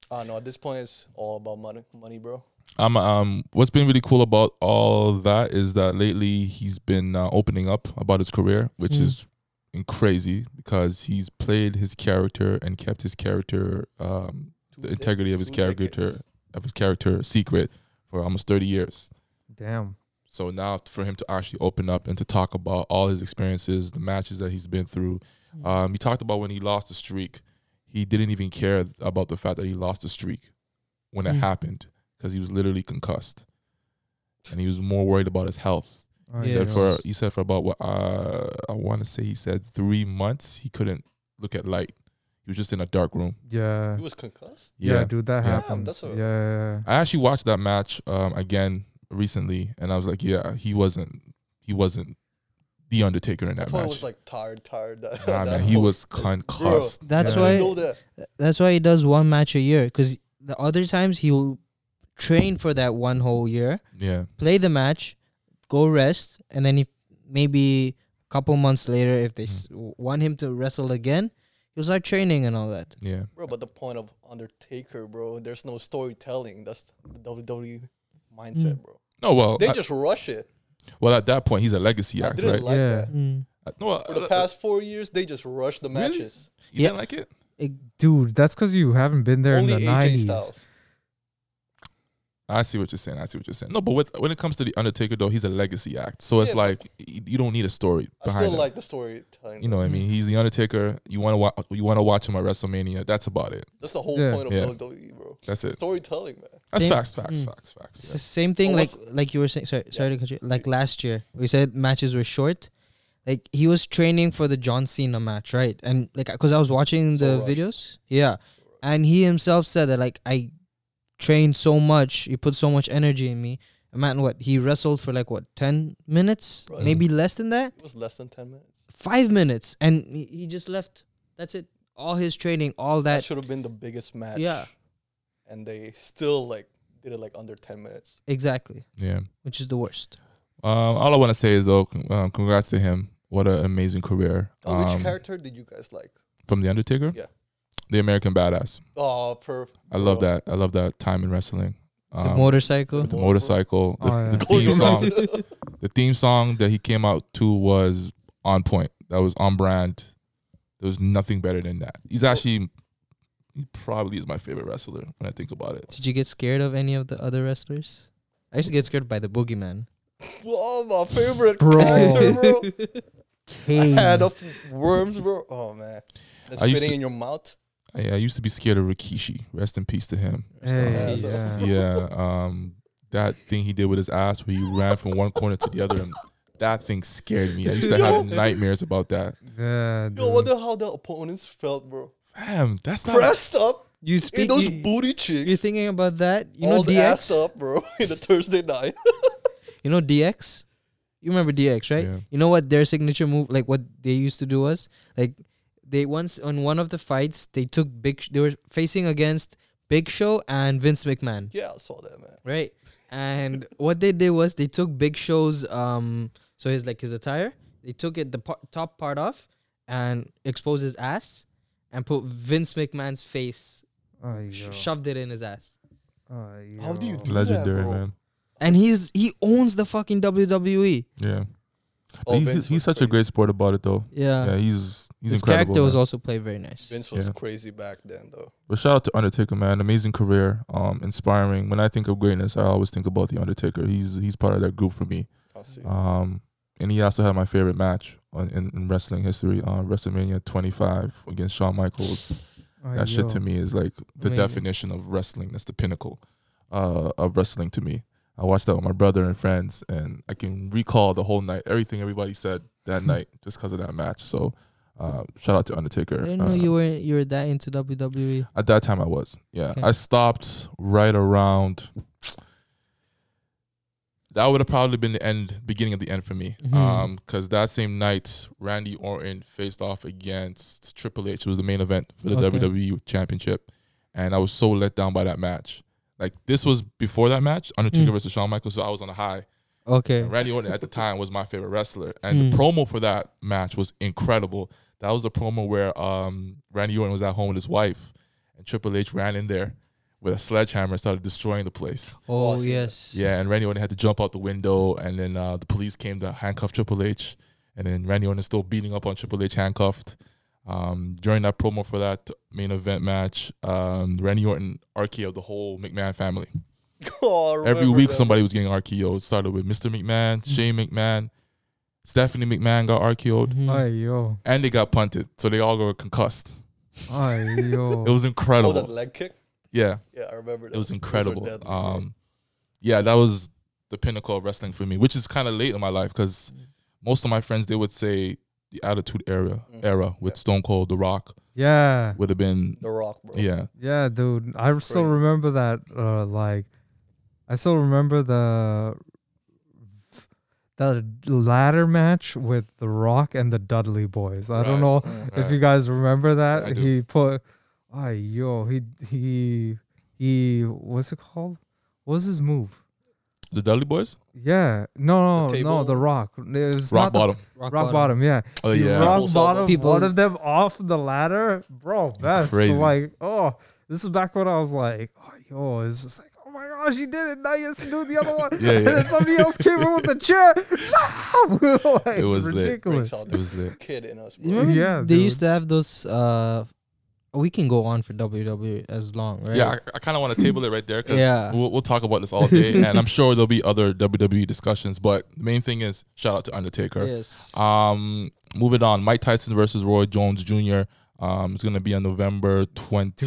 Speaker 1: I know. At this point, it's all about money, money, bro.
Speaker 2: Um, um, what's been really cool about all that is that lately he's been uh, opening up about his career, which
Speaker 4: Mm.
Speaker 2: is in- crazy because he's played his character and kept his character, um,
Speaker 1: Two
Speaker 2: the
Speaker 1: dec-
Speaker 2: integrity of his
Speaker 1: two
Speaker 2: character,
Speaker 1: decades.
Speaker 2: of his character secret for almost 30 years.
Speaker 3: Damn.
Speaker 2: So now for him to actually open up and to talk about all his experiences, the matches that he's been through. Um, he talked about when he lost the streak, he didn't even care about the fact that he lost the streak when it
Speaker 4: Mm.
Speaker 2: happened because he was literally concussed, and he was more worried about his health.
Speaker 3: Oh,
Speaker 2: He
Speaker 4: Yeah.
Speaker 2: said for he said for about what uh, I want to say he said three months he couldn't look at light. He was just in a dark room.
Speaker 3: yeah.
Speaker 1: He was concussed.
Speaker 3: yeah, dude, that
Speaker 2: Yeah,
Speaker 3: happens.
Speaker 1: that's what-
Speaker 3: yeah, yeah, yeah.
Speaker 2: I actually watched that match um, again recently, and I was like, yeah, he wasn't, he wasn't the Undertaker in
Speaker 1: I
Speaker 2: that
Speaker 1: probably
Speaker 2: match.
Speaker 1: was like tired, tired. [LAUGHS] That,
Speaker 2: nah,
Speaker 1: that
Speaker 2: man, he
Speaker 1: whole-
Speaker 2: was
Speaker 1: Bro,
Speaker 2: concussed.
Speaker 4: That's
Speaker 1: I
Speaker 3: Yeah.
Speaker 1: didn't
Speaker 4: why
Speaker 1: know that.
Speaker 4: that's why he does one match a year. Cause the other times he'll train for that one whole year,
Speaker 2: Yeah,
Speaker 4: play the match, go rest, and then if maybe a couple months later, if they s- w- want him to wrestle again, he'll start training and all that.
Speaker 2: yeah.
Speaker 1: bro. But the point of Undertaker, bro. There's no storytelling. That's the WWE
Speaker 3: Mm.
Speaker 1: mindset, bro.
Speaker 2: No, well,
Speaker 1: They
Speaker 2: at,
Speaker 1: just rush it.
Speaker 2: well, at that point, he's a legacy
Speaker 1: I
Speaker 2: act,
Speaker 1: didn't
Speaker 2: right?
Speaker 1: like
Speaker 3: Yeah.
Speaker 1: that.
Speaker 2: At- no,
Speaker 1: For the
Speaker 2: uh,
Speaker 1: past four years, they just rush the
Speaker 2: Really?
Speaker 1: matches.
Speaker 2: you
Speaker 4: Yeah.
Speaker 2: didn't like it.
Speaker 3: Dude, that's because you haven't been there
Speaker 1: Only
Speaker 3: in the
Speaker 1: AJ
Speaker 3: 90s.
Speaker 1: Styles.
Speaker 2: I see what you're saying. I see what you're saying. No, but with, when it comes to the Undertaker, though, he's a legacy act. So it's
Speaker 1: Yeah, but-
Speaker 2: like y- you don't need a story
Speaker 1: I
Speaker 2: behind
Speaker 1: still
Speaker 2: him.
Speaker 1: like the storytelling.
Speaker 2: you know what I mean? He's the Undertaker. You want to watch? You want to watch him at WrestleMania? That's about it.
Speaker 1: That's the whole
Speaker 3: Yeah.
Speaker 1: point of
Speaker 2: Yeah.
Speaker 1: WWE, bro.
Speaker 2: That's it.
Speaker 1: Storytelling, man.
Speaker 2: That's
Speaker 4: Same-
Speaker 2: facts. Facts.
Speaker 4: Mm.
Speaker 2: Facts. Facts.
Speaker 4: It's
Speaker 2: yeah.
Speaker 4: the same thing,
Speaker 1: Well,
Speaker 4: like
Speaker 1: what's-
Speaker 4: like you were saying. Sorry, sorry to cut you. Like last year, we said matches were short. Like he was training for the John Cena match, right? And like, cause I was watching
Speaker 1: So
Speaker 4: the
Speaker 1: rushed.
Speaker 4: videos, yeah. And he himself said that like I trained so much, he put so much energy in me. Imagine what he wrestled for like what ten minutes,
Speaker 1: Right.
Speaker 4: maybe less than that,
Speaker 1: It was less than ten minutes.
Speaker 4: five minutes, and he, he just left. That's it. All his training, all
Speaker 1: That,
Speaker 4: that.
Speaker 1: should have been the biggest match.
Speaker 4: Yeah.
Speaker 1: And they still like did it like under ten minutes.
Speaker 4: exactly,
Speaker 2: yeah.
Speaker 4: which is the worst.
Speaker 2: Um, all I want to say is though, con- um, congrats to him. What an amazing career.
Speaker 1: Oh, which
Speaker 2: Um,
Speaker 1: character did you guys like?
Speaker 2: from the Undertaker?
Speaker 1: Yeah.
Speaker 2: the American Badass.
Speaker 1: Oh, perf.
Speaker 2: I love
Speaker 1: bro. [LAUGHS]
Speaker 2: that. I love that time in wrestling.
Speaker 4: the
Speaker 2: Um,
Speaker 4: motorcycle.
Speaker 2: the motorcycle, the,
Speaker 3: Oh, yeah.
Speaker 2: the theme
Speaker 1: Going
Speaker 2: song,
Speaker 1: [LAUGHS] around.
Speaker 2: the theme song that he came out to was on point. That was on brand. There was nothing better than that. He's actually, he probably is my favorite wrestler when I think about it.
Speaker 4: Did you get scared of any of the other wrestlers? I used to get scared by the boogeyman.
Speaker 1: oh, my favorite
Speaker 3: Bro.
Speaker 1: character, bro. [LAUGHS] I had
Speaker 3: Kane.
Speaker 1: of worms, bro. Oh man, that's
Speaker 2: I used
Speaker 1: spitting
Speaker 2: to-
Speaker 1: in your mouth.
Speaker 2: I, I used to be scared of Rikishi. Rest in peace to him.
Speaker 3: Hey,
Speaker 1: Yeah, so-
Speaker 3: yeah.
Speaker 2: yeah, um, that thing he did with his ass where he ran from one corner to the other, and that thing scared me. I used to
Speaker 4: [LAUGHS]
Speaker 2: have nightmares about that.
Speaker 3: Yeah,
Speaker 1: Yo, wonder
Speaker 3: dude.
Speaker 1: how the opponents felt,
Speaker 2: [LAUGHS]
Speaker 1: bro.
Speaker 2: Fam, that's not.
Speaker 1: Pressed up
Speaker 4: [LAUGHS] You
Speaker 1: in
Speaker 4: speak.
Speaker 1: those
Speaker 4: You,
Speaker 1: booty chicks.
Speaker 4: are thinking about that. You
Speaker 1: all
Speaker 4: know
Speaker 1: the ass
Speaker 4: DX.
Speaker 1: up, bro. [LAUGHS] in the Thursday night. [LAUGHS]
Speaker 4: You know DX. You remember DX, right?
Speaker 2: Yeah.
Speaker 4: You know what their signature move, like what they used to do was like they once on one of the fights they took big. Sh- they were facing against Big Show and Vince McMahon,
Speaker 1: yeah, I saw that, man.
Speaker 4: right? And what they did was they took Big Show's um, so his like his attire. They took it the par- top part off and exposed his ass and put Vince McMahon's face
Speaker 3: Oh,
Speaker 4: sh-
Speaker 3: yo.
Speaker 4: shoved it in his ass.
Speaker 3: Uh,
Speaker 1: How do you
Speaker 3: yo.
Speaker 1: do
Speaker 2: Legendary,
Speaker 1: bro.
Speaker 2: man.
Speaker 4: and he's he owns the fucking E. WWE.
Speaker 2: Yeah. But
Speaker 1: Oh,
Speaker 2: he's
Speaker 1: Vince
Speaker 2: he's
Speaker 1: was
Speaker 2: such a
Speaker 1: crazy.
Speaker 2: great sport about it, though.
Speaker 4: Yeah,
Speaker 2: yeah, he's he's
Speaker 4: his
Speaker 2: incredible.
Speaker 4: character was
Speaker 2: man.
Speaker 4: also played very nice.
Speaker 1: Vince was
Speaker 2: Yeah.
Speaker 1: crazy back then, though.
Speaker 2: But shout out to Undertaker, man. Amazing career, um, inspiring. When I think of greatness, I always think about the Undertaker. He's he's part of that group for me.
Speaker 1: I'll see.
Speaker 2: Um, and he also had my favorite match on, in, in wrestling history, uh, WrestleMania 25 against Shawn Michaels.
Speaker 3: Uh,
Speaker 2: That shit to
Speaker 3: yo.
Speaker 2: me is like the
Speaker 4: Amazing.
Speaker 2: definition of wrestling. That's the pinnacle uh, of wrestling to me. I watched that with my brother and friends, and I can recall the whole night, everything everybody said
Speaker 4: [LAUGHS]
Speaker 2: that night, just because of that match. So, uh, shout out to Undertaker.
Speaker 4: I didn't know
Speaker 2: Uh,
Speaker 4: you were you were that into E. WWE.
Speaker 2: At that time, I was. Yeah,
Speaker 4: Okay.
Speaker 2: I stopped right around. That would have probably been the end, beginning of the end for me,
Speaker 4: Mhm.
Speaker 2: because that same night, Randy Orton faced off against Triple H. It was the main event for the
Speaker 4: Okay.
Speaker 2: WWE Championship, and I was so let down by that match. Like this was before that match, Undertaker
Speaker 4: Mm.
Speaker 2: versus Shawn Michaels, so I was on a high.
Speaker 4: Okay,
Speaker 2: And Randy Orton at the time was my favorite wrestler, and
Speaker 4: Mm.
Speaker 2: the promo for that match was incredible. That was the promo where um, Randy Orton was at home with his wife, and Triple H ran in there with a sledgehammer and started destroying the place.
Speaker 1: Oh, I
Speaker 4: Oh
Speaker 1: see that.
Speaker 4: yes.
Speaker 2: Yeah, and Randy Orton had to jump out the window, and then uh, the police came to handcuff Triple H, and then Randy Orton is still beating up on Triple H handcuffed. Um, during that promo for that main event match, um, Randy Orton RKO'd the whole McMahon family.
Speaker 1: [LAUGHS] Oh, I
Speaker 2: Every
Speaker 1: remember
Speaker 2: week
Speaker 1: that. Mm-hmm.
Speaker 2: somebody was getting RKO'd. Started with Mr. McMahon, Shane McMahon, Stephanie McMahon got RKO'd,
Speaker 4: Mhm.
Speaker 3: Ay, yo.
Speaker 1: Mm-hmm.
Speaker 2: and they got punted. So they all got concussed.
Speaker 3: Ay,
Speaker 2: [LAUGHS]
Speaker 3: yo.
Speaker 2: It was
Speaker 1: Oh, that
Speaker 2: incredible.
Speaker 1: leg kick.
Speaker 2: Yeah,
Speaker 1: Yeah, I remember that.
Speaker 2: it was
Speaker 1: Those were
Speaker 2: incredible.
Speaker 1: deadly, bro.
Speaker 2: Um, yeah, that was the pinnacle of wrestling for me, which is kind of late in my life because
Speaker 1: Mm-hmm.
Speaker 2: most of my friends they would say the Attitude Era
Speaker 1: Mhm.
Speaker 2: era with
Speaker 1: Yeah.
Speaker 2: Stone Cold, The Rock
Speaker 3: yeah.
Speaker 2: would have been
Speaker 1: The Rock, bro.
Speaker 2: yeah.
Speaker 3: Yeah, dude. I still
Speaker 1: Crazy.
Speaker 3: remember that. Uh, like, I still remember the that ladder match with The Rock and the Dudley Boys. I
Speaker 2: Right.
Speaker 3: don't know if
Speaker 2: Right.
Speaker 3: you guys remember
Speaker 2: I
Speaker 3: that.
Speaker 2: do.
Speaker 3: he put, ay yo, he he he. What's it called? What was his move?
Speaker 2: the Dudley Boys,
Speaker 3: Yeah, no, no, no.
Speaker 1: table?
Speaker 3: The Rock. It was
Speaker 2: Rock
Speaker 3: not the-
Speaker 2: Bottom.
Speaker 3: rock bottom. Yeah,
Speaker 2: Oh
Speaker 3: you
Speaker 2: yeah,
Speaker 3: rock
Speaker 1: People saw
Speaker 3: bottom
Speaker 1: them.
Speaker 4: People-
Speaker 3: one of them off the ladder, bro. Best
Speaker 2: Crazy.
Speaker 3: like oh, this is back when I was like, oh, yo, it's just like oh my gosh, you did it. Now you have to do the other one,
Speaker 2: [LAUGHS] Yeah,
Speaker 3: and
Speaker 2: yeah.
Speaker 3: then somebody else came in with a
Speaker 2: [LAUGHS]
Speaker 3: chair. [LAUGHS] No, like,
Speaker 2: It was lit.
Speaker 3: ridiculous.
Speaker 1: Breaks out
Speaker 2: it was lit.
Speaker 1: Kid in us,
Speaker 4: You
Speaker 1: bro.
Speaker 4: remember
Speaker 3: Yeah,
Speaker 4: they
Speaker 3: dude.
Speaker 4: used to have those. Uh, we can go on for WWE as long, right?
Speaker 2: Yeah, I, I kind of want to table it right there because
Speaker 4: Yeah.
Speaker 2: we'll, we'll talk about this all
Speaker 3: [LAUGHS]
Speaker 2: day, and I'm sure there'll be other WWE discussions. But the main thing is shout out to Undertaker.
Speaker 4: Yes.
Speaker 2: Um, moving on, Mike Tyson versus Roy Jones Jr. Um, it's gonna be on November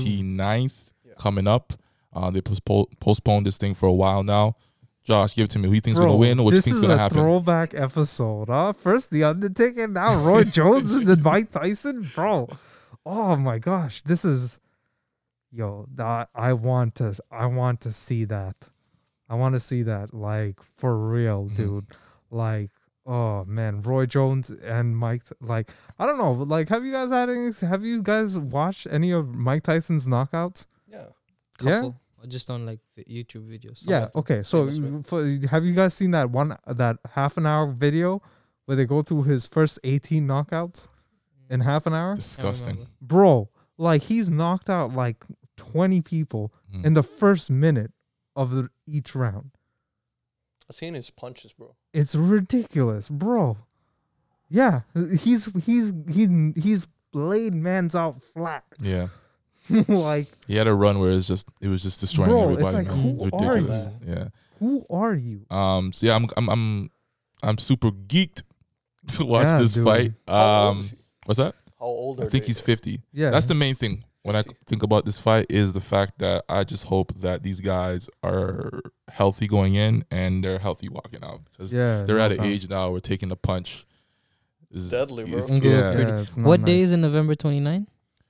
Speaker 2: 29th
Speaker 1: Yeah.
Speaker 2: coming up. Uh, they postpo- postponed this thing for a while now. Josh, give it to me. Who you think's
Speaker 3: Bro,
Speaker 2: gonna win? What you
Speaker 3: this
Speaker 2: think's
Speaker 3: is
Speaker 2: gonna
Speaker 3: a
Speaker 2: happen?
Speaker 3: throwback episode, huh? First the Undertaker, now
Speaker 2: [LAUGHS]
Speaker 3: Roy Jones and then Mike Tyson, bro. Oh my gosh, this is, yo, I, I want to, I want to see that, I want to see that, like for real,
Speaker 2: Mhm.
Speaker 3: dude. Like, oh man, Roy Jones and Mike, like I don't know, like have you guys had any? Have you guys watched any of Mike Tyson's knockouts?
Speaker 1: Yeah.
Speaker 3: yeah.
Speaker 4: Couple. Just on like vi- YouTube videos. some
Speaker 3: Yeah.
Speaker 4: of them.
Speaker 3: Okay. So
Speaker 1: famous
Speaker 3: you- for, have you guys seen that one that half an hour video where they go through his first 18 knockouts in half an hour?
Speaker 4: I remember.
Speaker 2: Disgusting.
Speaker 3: Bro, like he's knocked out like 20 people
Speaker 2: Mm.
Speaker 3: in the first minute of the, each round.
Speaker 1: I seen his punches, bro.
Speaker 3: It's ridiculous, bro. Yeah, he's he's he he's laid man's out flat. [LAUGHS]
Speaker 2: Yeah,
Speaker 3: like
Speaker 2: he had a run where it's just it was just destroying
Speaker 3: Bro, it's
Speaker 2: everybody.
Speaker 3: like,
Speaker 2: man.
Speaker 3: who
Speaker 2: It was
Speaker 3: are
Speaker 2: ridiculous. Yeah.
Speaker 3: who are you?
Speaker 2: Um, so yeah, I'm I'm I'm, I'm super geeked [LAUGHS] to watch
Speaker 3: Yeah,
Speaker 2: this
Speaker 3: dude.
Speaker 2: fight.
Speaker 1: How old
Speaker 2: Um,
Speaker 1: is he?
Speaker 2: what's that?
Speaker 1: How old are
Speaker 2: I think
Speaker 1: they,
Speaker 2: he's
Speaker 1: bro?
Speaker 2: 50.
Speaker 3: Yeah.
Speaker 2: That's the main thing when I
Speaker 1: 50.
Speaker 2: think about this fight is the fact that I just hope that these guys are healthy going in and they're healthy walking out because
Speaker 3: yeah.
Speaker 2: they're
Speaker 3: no
Speaker 2: at an
Speaker 3: doubt.
Speaker 2: age now where taking the punch is
Speaker 1: Deadly, bro.
Speaker 2: is-
Speaker 4: It's gonna look
Speaker 2: yeah,
Speaker 4: pretty-
Speaker 3: it's not
Speaker 4: what
Speaker 3: nice.
Speaker 4: day is it? November 29?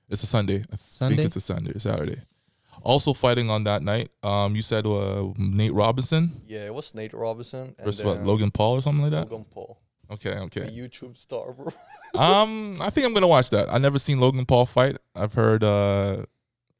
Speaker 2: it's a Sunday. I
Speaker 4: Sunday?
Speaker 2: think it's a Sunday, Saturday. Also fighting on that night. Um, you said uh, Nate Robinson
Speaker 1: Yeah, it was Nate Robinson and
Speaker 2: versus what,
Speaker 1: then
Speaker 2: Logan Paul or something like that.
Speaker 1: Logan Paul,
Speaker 2: Okay, okay.
Speaker 1: the YouTube star, bro.
Speaker 2: um, I think I'm gonna watch that. I never seen Logan Paul fight. I've heard, uh,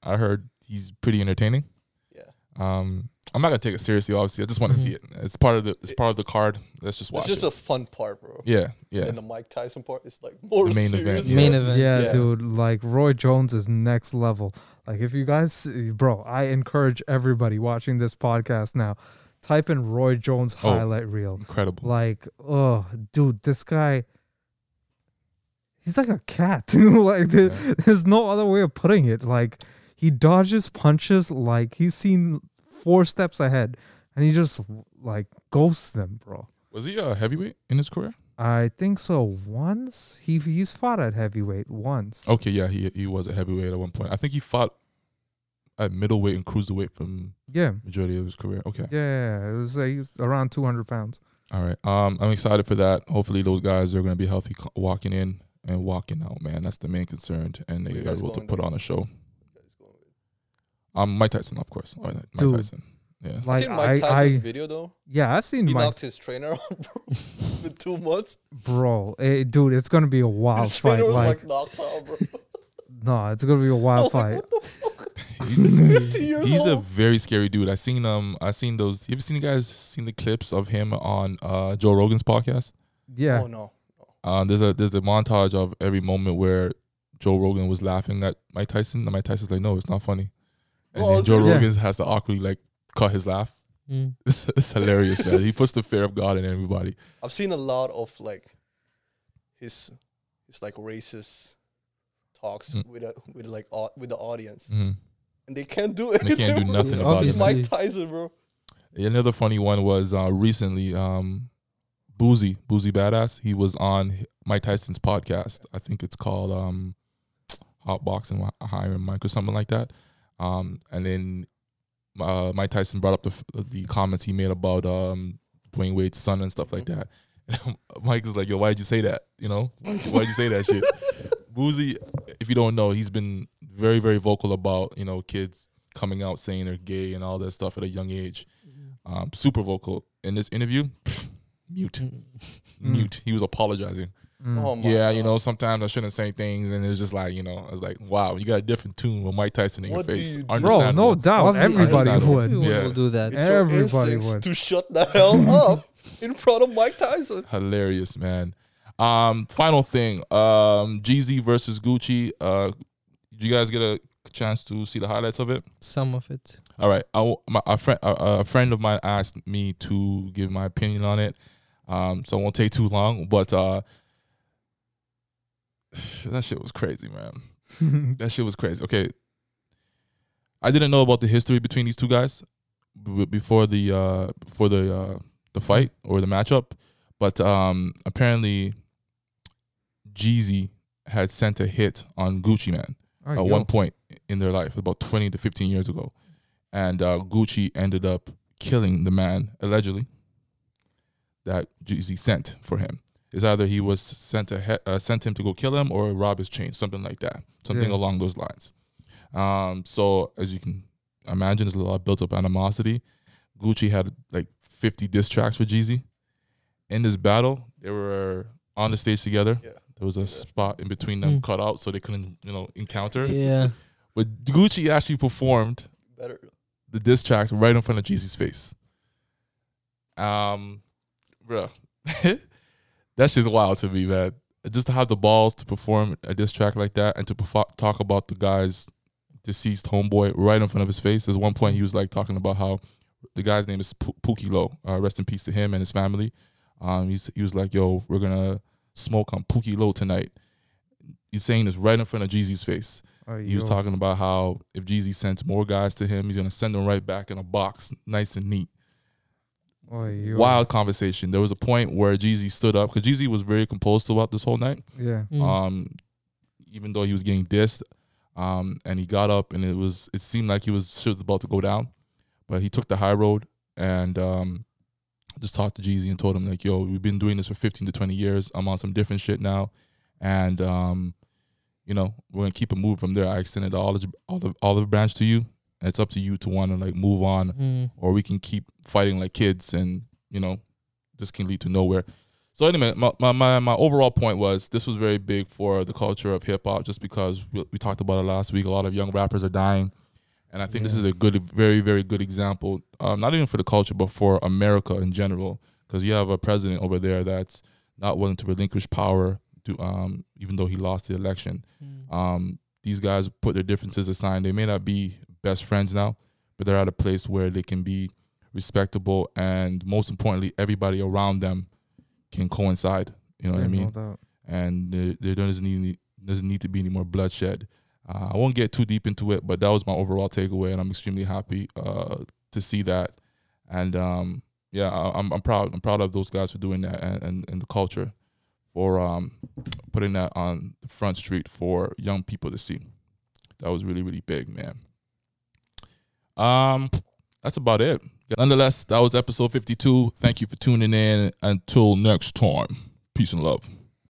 Speaker 2: I heard he's pretty entertaining.
Speaker 1: Yeah. Mm-hmm.
Speaker 2: Um, I'm not gonna take it seriously. Obviously, I just want to
Speaker 3: Mhm.
Speaker 2: see it. It's part of the. It's part of the card. Let's just watch
Speaker 1: It's just
Speaker 2: it.
Speaker 1: a fun part, bro.
Speaker 2: yeah, yeah.
Speaker 1: And the Mike Tyson part is like more
Speaker 2: The main event,
Speaker 1: serious.
Speaker 2: yeah.
Speaker 4: Main
Speaker 1: bro.
Speaker 4: event.
Speaker 3: Yeah,
Speaker 1: Yeah.
Speaker 3: dude. Like Roy Jones is next level. Like if you guys, see- bro, I encourage everybody watching this podcast now. Type in Roy Jones
Speaker 2: Oh.
Speaker 3: highlight reel.
Speaker 2: Incredible.
Speaker 3: Like, oh, dude, this guy. He's like a cat. [LAUGHS] like there-
Speaker 2: Yeah.
Speaker 3: there's no other way of putting it. Like he dodges punches like he's seen four steps ahead, and he just like ghosts them, bro.
Speaker 2: Was he a heavyweight in his career?
Speaker 3: I think so. Once he he's fought at heavyweight once.
Speaker 2: Okay, yeah, he he was a heavyweight at one point. I think he fought at middleweight and cruiserweight from
Speaker 3: Yeah.
Speaker 2: majority of his career. Okay,
Speaker 3: Yeah, it was like it was around 200 pounds.
Speaker 2: all right. Um, I'm excited for that. Hopefully, those guys are gonna be healthy co- walking in and walking out. Man, that's the main concern, and they
Speaker 1: Who you
Speaker 2: got
Speaker 1: guys
Speaker 2: able to
Speaker 1: going
Speaker 2: put
Speaker 1: with?
Speaker 2: on a show. Um, Mike Tyson, of course. All right, Mike
Speaker 3: Dude.
Speaker 2: Tyson. Yeah.
Speaker 1: You
Speaker 3: Like
Speaker 1: seen Mike
Speaker 3: I,
Speaker 1: Tyson's
Speaker 3: I
Speaker 1: video though?
Speaker 3: yeah, I've seen
Speaker 1: He
Speaker 3: Mike,
Speaker 1: knocked his trainer out, bro, [LAUGHS] for two months.
Speaker 3: bro. Eh, dude, it's
Speaker 1: [LAUGHS]
Speaker 3: gonna be a wild
Speaker 1: his trainer
Speaker 3: fight.
Speaker 1: was
Speaker 3: Like,
Speaker 1: like knocked out, bro.
Speaker 3: no, it's gonna be a
Speaker 1: I was
Speaker 3: wild
Speaker 1: like, [LAUGHS]
Speaker 3: fight.
Speaker 1: what the fuck?
Speaker 2: [LAUGHS] He's-
Speaker 1: Fifty years
Speaker 2: He's a
Speaker 1: old.
Speaker 2: very scary dude. I seen um I seen those you ever seen you guys seen the clips of him on uh Joe Rogan's podcast?
Speaker 3: yeah,
Speaker 1: Oh no.
Speaker 2: Um there's a there's a montage of every moment where Joe Rogan was laughing at Mike Tyson and Mike Tyson's like, No, it's not funny. And
Speaker 1: Oh,
Speaker 2: then Joe
Speaker 3: yeah.
Speaker 2: Rogan has to awkwardly like cut his laugh. [LAUGHS]
Speaker 4: Mm.
Speaker 2: It's, it's hilarious, man. He puts the fear of God in everybody.
Speaker 1: I've seen a lot of like his his like racist talks
Speaker 2: Mm.
Speaker 1: with a, with like au- with the audience,
Speaker 3: Mm-hmm.
Speaker 2: Mhm.
Speaker 1: and they can't do anything.
Speaker 2: They can't do
Speaker 1: bro. [LAUGHS]
Speaker 2: nothing
Speaker 4: Yeah,
Speaker 2: about it.
Speaker 1: It's
Speaker 4: obviously.
Speaker 1: Mike Tyson,
Speaker 2: [LAUGHS]
Speaker 1: bro.
Speaker 2: Another funny one was uh, recently um, Boozy Boozy Badass. He was on H- Mike Tyson's podcast. I think it's called um, Hot Boxing with Hiring Mike or something like that. Um, and then uh, Mike Tyson brought up the f- the comments he made about um, Dwayne Wade's son and stuff like that. [LAUGHS] And Mike is like, "Yo, why did you say that? You know, why did you say that shit?" Boozy, if you don't know, he's been very very vocal about you know kids coming out saying they're gay and all that stuff at a young age
Speaker 1: Mm-hmm.
Speaker 2: um, super vocal in this interview. pfft, mute,
Speaker 4: Mm,
Speaker 2: mute. He was apologizing.
Speaker 1: [LAUGHS]
Speaker 3: Mm.
Speaker 1: Oh my
Speaker 2: yeah,
Speaker 1: God.
Speaker 2: you know, sometimes I shouldn't say things, and it's just like, you know, I was like, wow, you got a different tune with Mike Tyson in
Speaker 1: What
Speaker 2: your
Speaker 1: do
Speaker 2: face.
Speaker 1: you do?
Speaker 3: bro, no
Speaker 2: Understandable.
Speaker 3: doubt
Speaker 4: Obvi-
Speaker 3: everybody
Speaker 1: [LAUGHS]
Speaker 2: understandable.
Speaker 3: would.
Speaker 4: Everyone
Speaker 2: Yeah.
Speaker 4: will do that.
Speaker 1: It's
Speaker 3: Everybody
Speaker 1: your instincts
Speaker 3: would.
Speaker 1: to shut the hell up in front of Mike
Speaker 2: [LAUGHS]
Speaker 1: Tyson.
Speaker 2: hilarious, man. Um, final thing, um, Jeezy versus Gucci. Uh, did you guys get a chance to see the highlights of it?
Speaker 4: Some of it.
Speaker 2: All right, I w- my, a friend a, a friend of mine asked me to give my opinion on it, um, so it won't take too long. But uh, [SIGHS] that shit was crazy, man.
Speaker 3: [LAUGHS]
Speaker 2: That shit was crazy. Okay, I didn't know about the history between these two guys b- before the uh, before the uh, the fight or the matchup, but um, apparently, Jeezy had sent a hit on Gucci Man
Speaker 3: Oh,
Speaker 2: at
Speaker 3: yo.
Speaker 2: one point in their life, about 20 to 15 years ago. And uh, Gucci ended up killing the man, allegedly, that Jeezy sent for him. It's either he was sent a he- uh, sent him to go kill him or rob his chain, something like that, something
Speaker 3: Yeah.
Speaker 2: along those lines. Um, so as you can imagine, there's a lot of built up animosity. Gucci had like 50 diss tracks for Jeezy. In this battle, they were on the stage together.
Speaker 1: Yeah.
Speaker 2: There was a spot in between them
Speaker 4: Mm.
Speaker 2: cut out so they couldn't, you know, encounter.
Speaker 4: Yeah.
Speaker 2: But Gucci actually performed
Speaker 1: Better.
Speaker 2: the diss tracks right in front of Jeezy's face. Um, bro, [LAUGHS] that shit's wild to me, man. Just to have the balls to perform a diss track like that and to perfo- talk about the guy's deceased homeboy right in front of his face. There's one point he was like talking about how the guy's name is P- Pookie Low. Uh, rest in peace to him and his family. Um, he's, he was like, "Yo, we're gonna smoke on Pookie Low tonight." He's saying this right in front of Jeezy's face.
Speaker 3: Oh,
Speaker 2: He was
Speaker 3: yo.
Speaker 2: talking about how if Jeezy sends more guys to him, he's gonna send them right back in a box, nice and neat.
Speaker 3: Oh, yo.
Speaker 2: Wild conversation. There was a point where Jeezy stood up because Jeezy was very composed throughout this whole night.
Speaker 3: Yeah.
Speaker 4: Mm.
Speaker 2: Um, even though he was getting dissed, um, and he got up and it was it seemed like he was shit was about to go down, but he took the high road and um, just talked to Jeezy and told him like, "Yo, we've been doing this for 15 to 20 years. I'm on some different shit now, and um, you know, we're gonna keep it moving from there. I extended the olive olive, olive branch to you, and it's up to you to want to like move on
Speaker 4: Mm.
Speaker 2: or we can keep fighting like kids and you know this can lead to nowhere so anyway my, my, my, my overall point was this was very big for the culture of hip-hop just because we, we talked about it last week a lot of young rappers are dying And I think this
Speaker 4: Yeah.
Speaker 2: is a good, very, very good example, um, not even for the culture, but for America in general, because you have a president over there that's not willing to relinquish power, to, um, even though he lost the election.
Speaker 4: Mm.
Speaker 2: Um, these guys put their differences aside. They may not be best friends now, but they're at a place where they can be respectable, and most importantly, everybody around them can coincide. You know what I mean? and there, there doesn't need any- doesn't need to be any more bloodshed. Uh, I won't get too deep into it, but that was my overall takeaway, and I'm extremely happy uh, to see that. And um, yeah, I, I'm I'm proud I'm proud of those guys for doing that and, and, and the culture for um, putting that on the front street for young people to see. That was really really big, man. Um, that's about it. Nonetheless, that was episode 52. Thank you for tuning in. Until next time, peace and love.